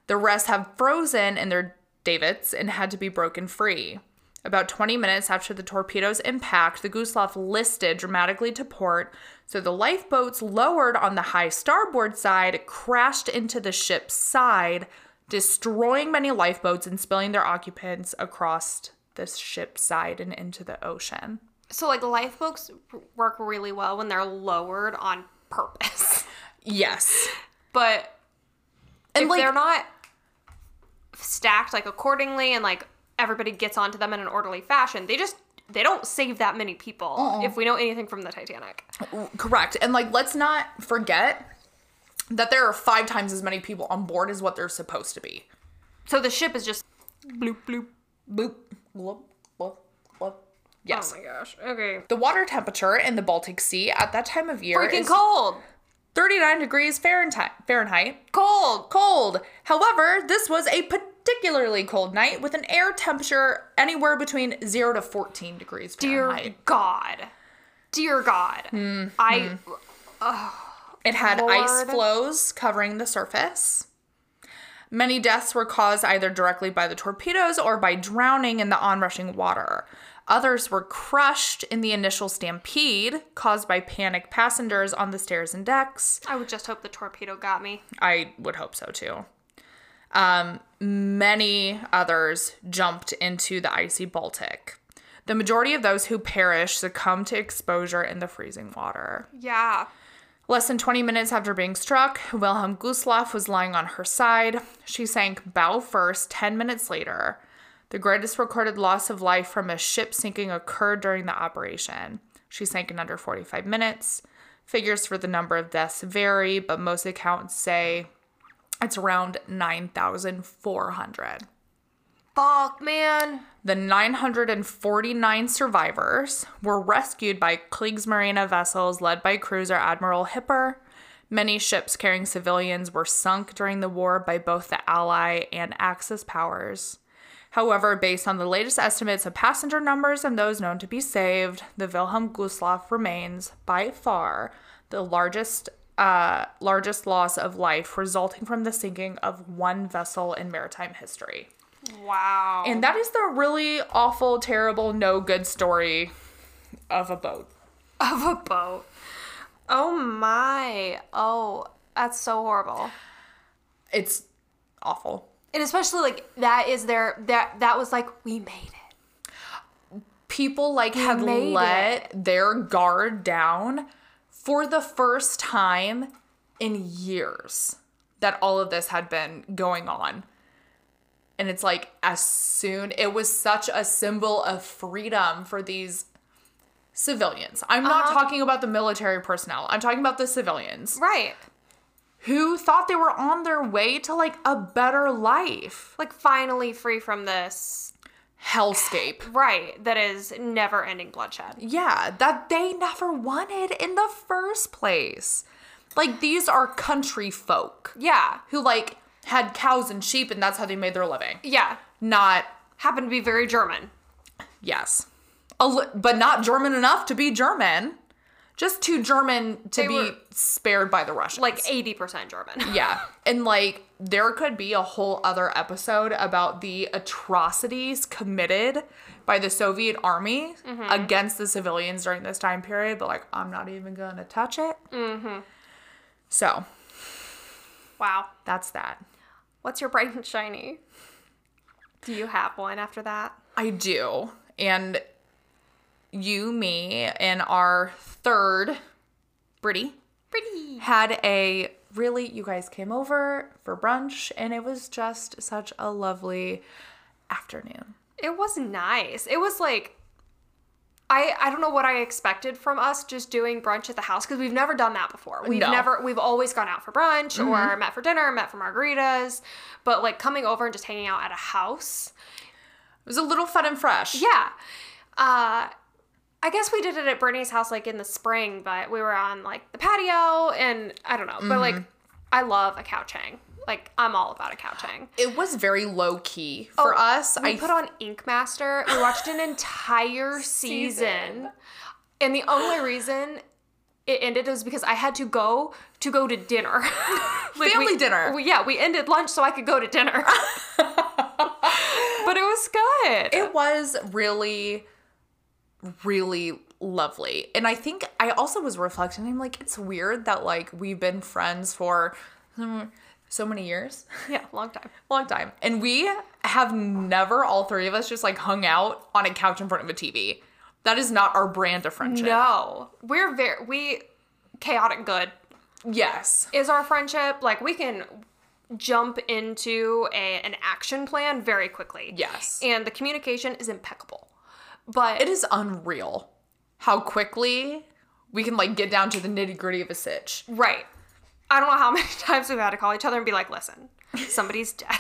[SPEAKER 4] The rest have frozen in their davits and had to be broken free. About 20 minutes after the torpedo's impact, the Gustloff listed dramatically to port, so the lifeboats lowered on the high starboard side crashed into the ship's side, destroying many lifeboats and spilling their occupants across the ship's side and into the ocean.
[SPEAKER 3] So like lifeboats work really well when they're lowered on purpose,
[SPEAKER 4] Yes.
[SPEAKER 3] but
[SPEAKER 4] And
[SPEAKER 3] if
[SPEAKER 4] like
[SPEAKER 3] they're not stacked like accordingly and like everybody gets onto them in an orderly fashion they just they don't save that many people
[SPEAKER 4] Uh-uh.
[SPEAKER 3] if we know anything from the titanic
[SPEAKER 4] Correct. And like let's not forget that there are five times as many people on board as what they're supposed to be.
[SPEAKER 3] so the ship is just bloop bloop
[SPEAKER 4] Boop. Glub, glub, glub. Yes.
[SPEAKER 3] oh my gosh okay
[SPEAKER 4] the water temperature in the Baltic Sea at that time of year
[SPEAKER 3] freaking
[SPEAKER 4] is
[SPEAKER 3] cold
[SPEAKER 4] 39 degrees Fahrenheit. Fahrenheit.
[SPEAKER 3] cold
[SPEAKER 4] Cold. However, this was a particularly cold night with an air temperature anywhere between 0 to 14 degrees
[SPEAKER 3] dear
[SPEAKER 4] Fahrenheit.
[SPEAKER 3] god dear god
[SPEAKER 4] Hmm.
[SPEAKER 3] i
[SPEAKER 4] It had ice
[SPEAKER 3] Lord.
[SPEAKER 4] floes covering the surface. Many deaths were caused either directly by the torpedoes or by drowning in the onrushing water. Others were crushed in the initial stampede caused by panicked passengers on the stairs and decks.
[SPEAKER 3] i would just hope the torpedo got me
[SPEAKER 4] I would hope so too. Um, many others jumped into the icy Baltic. The majority of those who perished succumbed to exposure in the freezing water.
[SPEAKER 3] yeah
[SPEAKER 4] Less than 20 minutes after being struck, Wilhelm Gustloff was lying on her side. She sank bow first 10 minutes later. The greatest recorded loss of life from a ship sinking occurred during the operation. She sank in under 45 minutes. Figures for the number of deaths vary, but most accounts say it's around 9,400.
[SPEAKER 3] fuck man
[SPEAKER 4] The 949 survivors were rescued by Kriegsmarine vessels led by cruiser Admiral Hipper. Many ships carrying civilians were sunk during the war by both the Ally and Axis powers. However, based on the latest estimates of passenger numbers and those known to be saved, the Wilhelm Gustloff remains by far the largest uh, largest loss of life resulting from the sinking of one vessel in maritime history.
[SPEAKER 3] wow
[SPEAKER 4] And that is the really awful, terrible, no good story of a boat.
[SPEAKER 3] of a boat oh my oh that's so horrible
[SPEAKER 4] It's awful.
[SPEAKER 3] and especially like that is their that that was like we made it
[SPEAKER 4] People like had
[SPEAKER 3] made
[SPEAKER 4] let their guard down for the first time in years that all of this had been going on. And it's like as soon it was such a symbol of freedom for these civilians. I'm not talking about the military personnel. I'm talking about the civilians.
[SPEAKER 3] right
[SPEAKER 4] who thought they were on their way to like a better life.
[SPEAKER 3] like finally free from this
[SPEAKER 4] Hellscape.
[SPEAKER 3] right that is never ending bloodshed
[SPEAKER 4] Yeah, that they never wanted in the first place. Like these are country folk
[SPEAKER 3] yeah
[SPEAKER 4] who like had cows and sheep and that's how they made their living.
[SPEAKER 3] yeah
[SPEAKER 4] Not
[SPEAKER 3] happened to be very german
[SPEAKER 4] yes. A li- but not German enough to be German. Just too German to
[SPEAKER 3] They
[SPEAKER 4] be
[SPEAKER 3] were-
[SPEAKER 4] spared by the Russians.
[SPEAKER 3] like 80% german
[SPEAKER 4] Yeah. And like there could be a whole other episode about the atrocities committed by the Soviet army against the civilians during this time period, but like I'm not even going to touch it. Mhm. So,
[SPEAKER 3] wow
[SPEAKER 4] that's that.
[SPEAKER 3] what's your bright and shiny do you have one after that
[SPEAKER 4] I do. And you, me, and our third Brittany
[SPEAKER 3] pretty
[SPEAKER 4] had a really you guys came over for brunch and it was just such a lovely afternoon.
[SPEAKER 3] it was nice it was like I, I don't know what I expected from us just doing brunch at the house because we've never done that before. We've
[SPEAKER 4] No.
[SPEAKER 3] never we've always gone out for brunch or met for dinner, met for margaritas, but like coming over and just hanging out at a house
[SPEAKER 4] It was a little fun and fresh.
[SPEAKER 3] Yeah. Uh, I guess we did it at Brittany's house like in the spring, but we were on like the patio and I don't know. But like, I love a couch hang. Like, I'm all about a couch hang.
[SPEAKER 4] It was very low key for us.
[SPEAKER 3] Oh, We
[SPEAKER 4] I
[SPEAKER 3] put on Ink Master. We watched an entire season. And the only reason it ended was because I had to go to go to dinner. Like,
[SPEAKER 4] Family
[SPEAKER 3] we-
[SPEAKER 4] dinner.
[SPEAKER 3] we- yeah, we ended lunch so I could go to dinner. but it was good.
[SPEAKER 4] It was really, really lovely. And I think I also was reflecting, I'm like, it's weird that like we've been friends for mm, so many years,
[SPEAKER 3] yeah, long time.
[SPEAKER 4] long time. And we have never, all three of us, just like hung out on a couch in front of a TV. That is not our brand of friendship.
[SPEAKER 3] No, we're very we chaotic good
[SPEAKER 4] Yes.
[SPEAKER 3] is our friendship. Like we can jump into a, an action plan very quickly.
[SPEAKER 4] Yes.
[SPEAKER 3] and the communication is impeccable. But
[SPEAKER 4] It is unreal how quickly we can like get down to the nitty gritty of a sitch.
[SPEAKER 3] right, I don't know how many times we've had to call each other and be like, "Listen, somebody's dead.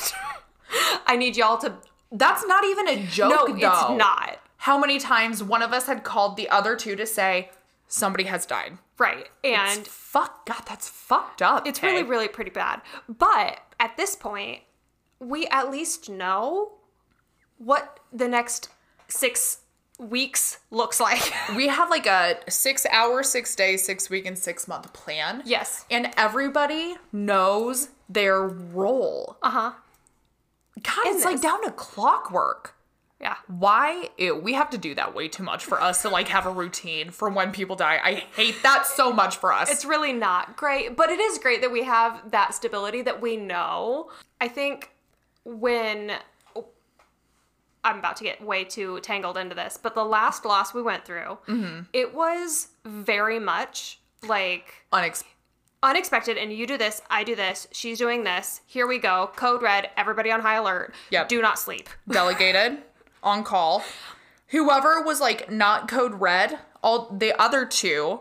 [SPEAKER 3] I need y'all to."
[SPEAKER 4] That's not even a
[SPEAKER 3] No,
[SPEAKER 4] joke, though.
[SPEAKER 3] it's not.
[SPEAKER 4] How many times one of us had called the other two to say somebody has died?
[SPEAKER 3] Right, and
[SPEAKER 4] It's fuck, God, that's fucked up.
[SPEAKER 3] It's
[SPEAKER 4] Kay.
[SPEAKER 3] really, really pretty bad. But at this point, we at least know what the next six weeks looks like.
[SPEAKER 4] we have like a six hour, six day, six week, and six month plan.
[SPEAKER 3] Yes.
[SPEAKER 4] And everybody knows their role.
[SPEAKER 3] Uh huh.
[SPEAKER 4] God, it's like
[SPEAKER 3] this.
[SPEAKER 4] down to clockwork.
[SPEAKER 3] Yeah.
[SPEAKER 4] Why? Ew, we have to do that way too much for us to like have a routine for when people die. I hate that so much for us.
[SPEAKER 3] It's really not great, but it is great that we have that stability that we know. I think when oh, I'm about to get way too tangled into this, but the last loss we went through,
[SPEAKER 4] Mm-hmm.
[SPEAKER 3] it was very much like
[SPEAKER 4] Unex-
[SPEAKER 3] unexpected and you do this i do this she's doing this here we go code red everybody on high alert
[SPEAKER 4] Yep.
[SPEAKER 3] do not sleep
[SPEAKER 4] delegated on call. Whoever was like not code red, all the other two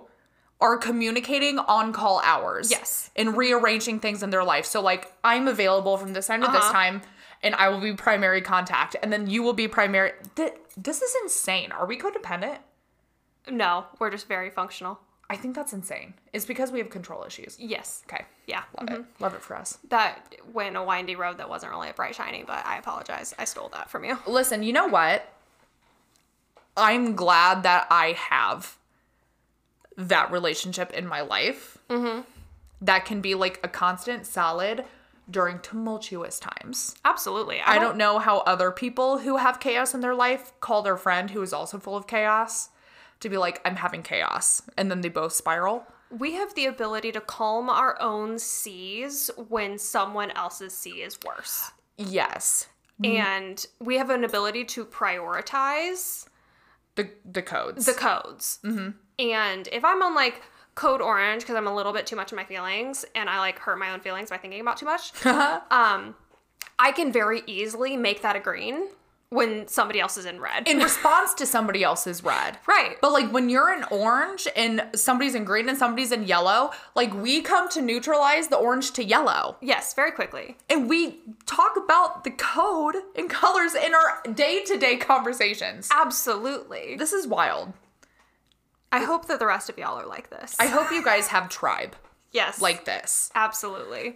[SPEAKER 4] are communicating on call hours.
[SPEAKER 3] Yes.
[SPEAKER 4] And rearranging things in their life. So like I'm available from this time to this
[SPEAKER 3] Uh-huh.
[SPEAKER 4] time and I will be primary contact and then you will be primary Th- this is insane. Are we codependent?
[SPEAKER 3] no we're just very functional
[SPEAKER 4] I think that's insane. It's because we have control issues.
[SPEAKER 3] yes
[SPEAKER 4] Okay.
[SPEAKER 3] yeah
[SPEAKER 4] Love it. Love it for us.
[SPEAKER 3] that went a windy road that wasn't really a bright shiny but i apologize i stole that from you
[SPEAKER 4] Listen, you know what? I'm glad that I have that relationship in my life that can be like a constant solid during tumultuous times.
[SPEAKER 3] absolutely
[SPEAKER 4] I don't know how other people who have chaos in their life call their friend who is also full of chaos to be like, I'm having chaos. And then they both spiral.
[SPEAKER 3] we have the ability to calm our own seas when someone else's sea is worse
[SPEAKER 4] Yes.
[SPEAKER 3] and we have an ability to prioritize
[SPEAKER 4] The the codes.
[SPEAKER 3] the codes.
[SPEAKER 4] Mm-hmm.
[SPEAKER 3] And if I'm on like code orange because I'm a little bit too much in my feelings and I like hurt my own feelings by thinking about too much, um, I can very easily make that a green when somebody else is in red.
[SPEAKER 4] in response to somebody else's red.
[SPEAKER 3] Right.
[SPEAKER 4] But like when you're in orange and somebody's in green and somebody's in yellow, like we come to neutralize the orange to yellow.
[SPEAKER 3] yes, very quickly.
[SPEAKER 4] And we talk about the code and colors in our day-to-day conversations.
[SPEAKER 3] Absolutely.
[SPEAKER 4] This is wild.
[SPEAKER 3] I hope that the rest of y'all are like this.
[SPEAKER 4] I hope you guys have tribe
[SPEAKER 3] yes.
[SPEAKER 4] like this.
[SPEAKER 3] absolutely.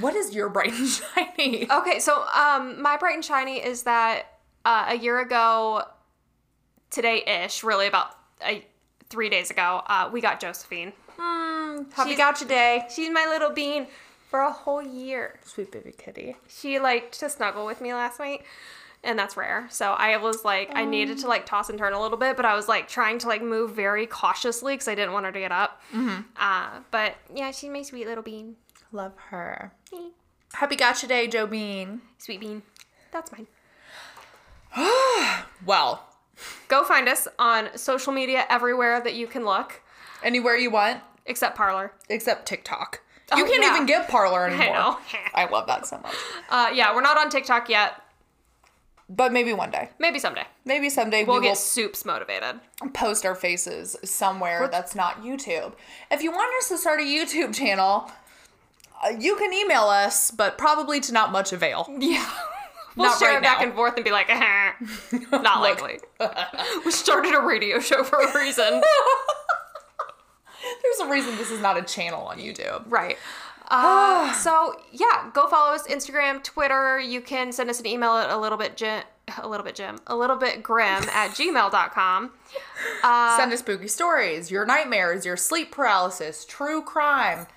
[SPEAKER 4] What is your bright and shiny?
[SPEAKER 3] Okay, so um, my bright and shiny is that uh, a year ago, today ish, really about uh, three days ago, uh, we got Josephine.
[SPEAKER 4] Have you got your day?
[SPEAKER 3] Hmm, She's my little bean for a whole year.
[SPEAKER 4] Sweet baby kitty.
[SPEAKER 3] She liked to snuggle with me last night, and that's rare. So I was like, I needed to like toss and turn a little bit, but I was like trying to like move very cautiously because I didn't want her to get up. Uh, but yeah, she's my sweet little bean.
[SPEAKER 4] Love her. Happy gotcha day, Joe Bean.
[SPEAKER 3] Sweet bean. That's mine.
[SPEAKER 4] Well,
[SPEAKER 3] Go find us on social media everywhere that you can look,
[SPEAKER 4] anywhere you want,
[SPEAKER 3] except Parlor.
[SPEAKER 4] except TikTok. you
[SPEAKER 3] Oh,
[SPEAKER 4] can't
[SPEAKER 3] yeah.
[SPEAKER 4] even get Parlor anymore.
[SPEAKER 3] I know.
[SPEAKER 4] I love that so much.
[SPEAKER 3] Uh, yeah, we're not on TikTok yet.
[SPEAKER 4] But maybe one day.
[SPEAKER 3] Maybe someday.
[SPEAKER 4] Maybe someday
[SPEAKER 3] We'll
[SPEAKER 4] we
[SPEAKER 3] get soups motivated.
[SPEAKER 4] will post our faces somewhere that's not YouTube. If you want us to start a YouTube channel, uh, you can email us, but probably to not much avail.
[SPEAKER 3] Yeah. We'll
[SPEAKER 4] Not
[SPEAKER 3] share
[SPEAKER 4] right
[SPEAKER 3] it back
[SPEAKER 4] now.
[SPEAKER 3] and forth and be like, "Eh, not likely.
[SPEAKER 4] uh-huh.
[SPEAKER 3] we started a radio show for a reason.
[SPEAKER 4] There's a reason this is not a channel on YouTube.
[SPEAKER 3] right. Uh, so yeah, go follow us Instagram, Twitter. You can send us an email at a little bit gym, a little bit gym, a little bit grim at gmail.com.
[SPEAKER 4] Send us spooky stories, your nightmares, your sleep paralysis, true crime,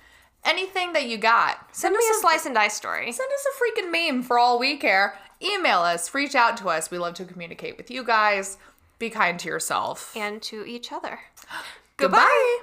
[SPEAKER 4] anything that you got.
[SPEAKER 3] Send me a slice and dice story.
[SPEAKER 4] Send us a freaking meme for all we care. Email us, reach out to us. We love to communicate with you guys. Be kind to yourself.
[SPEAKER 3] and to each other.
[SPEAKER 4] Goodbye.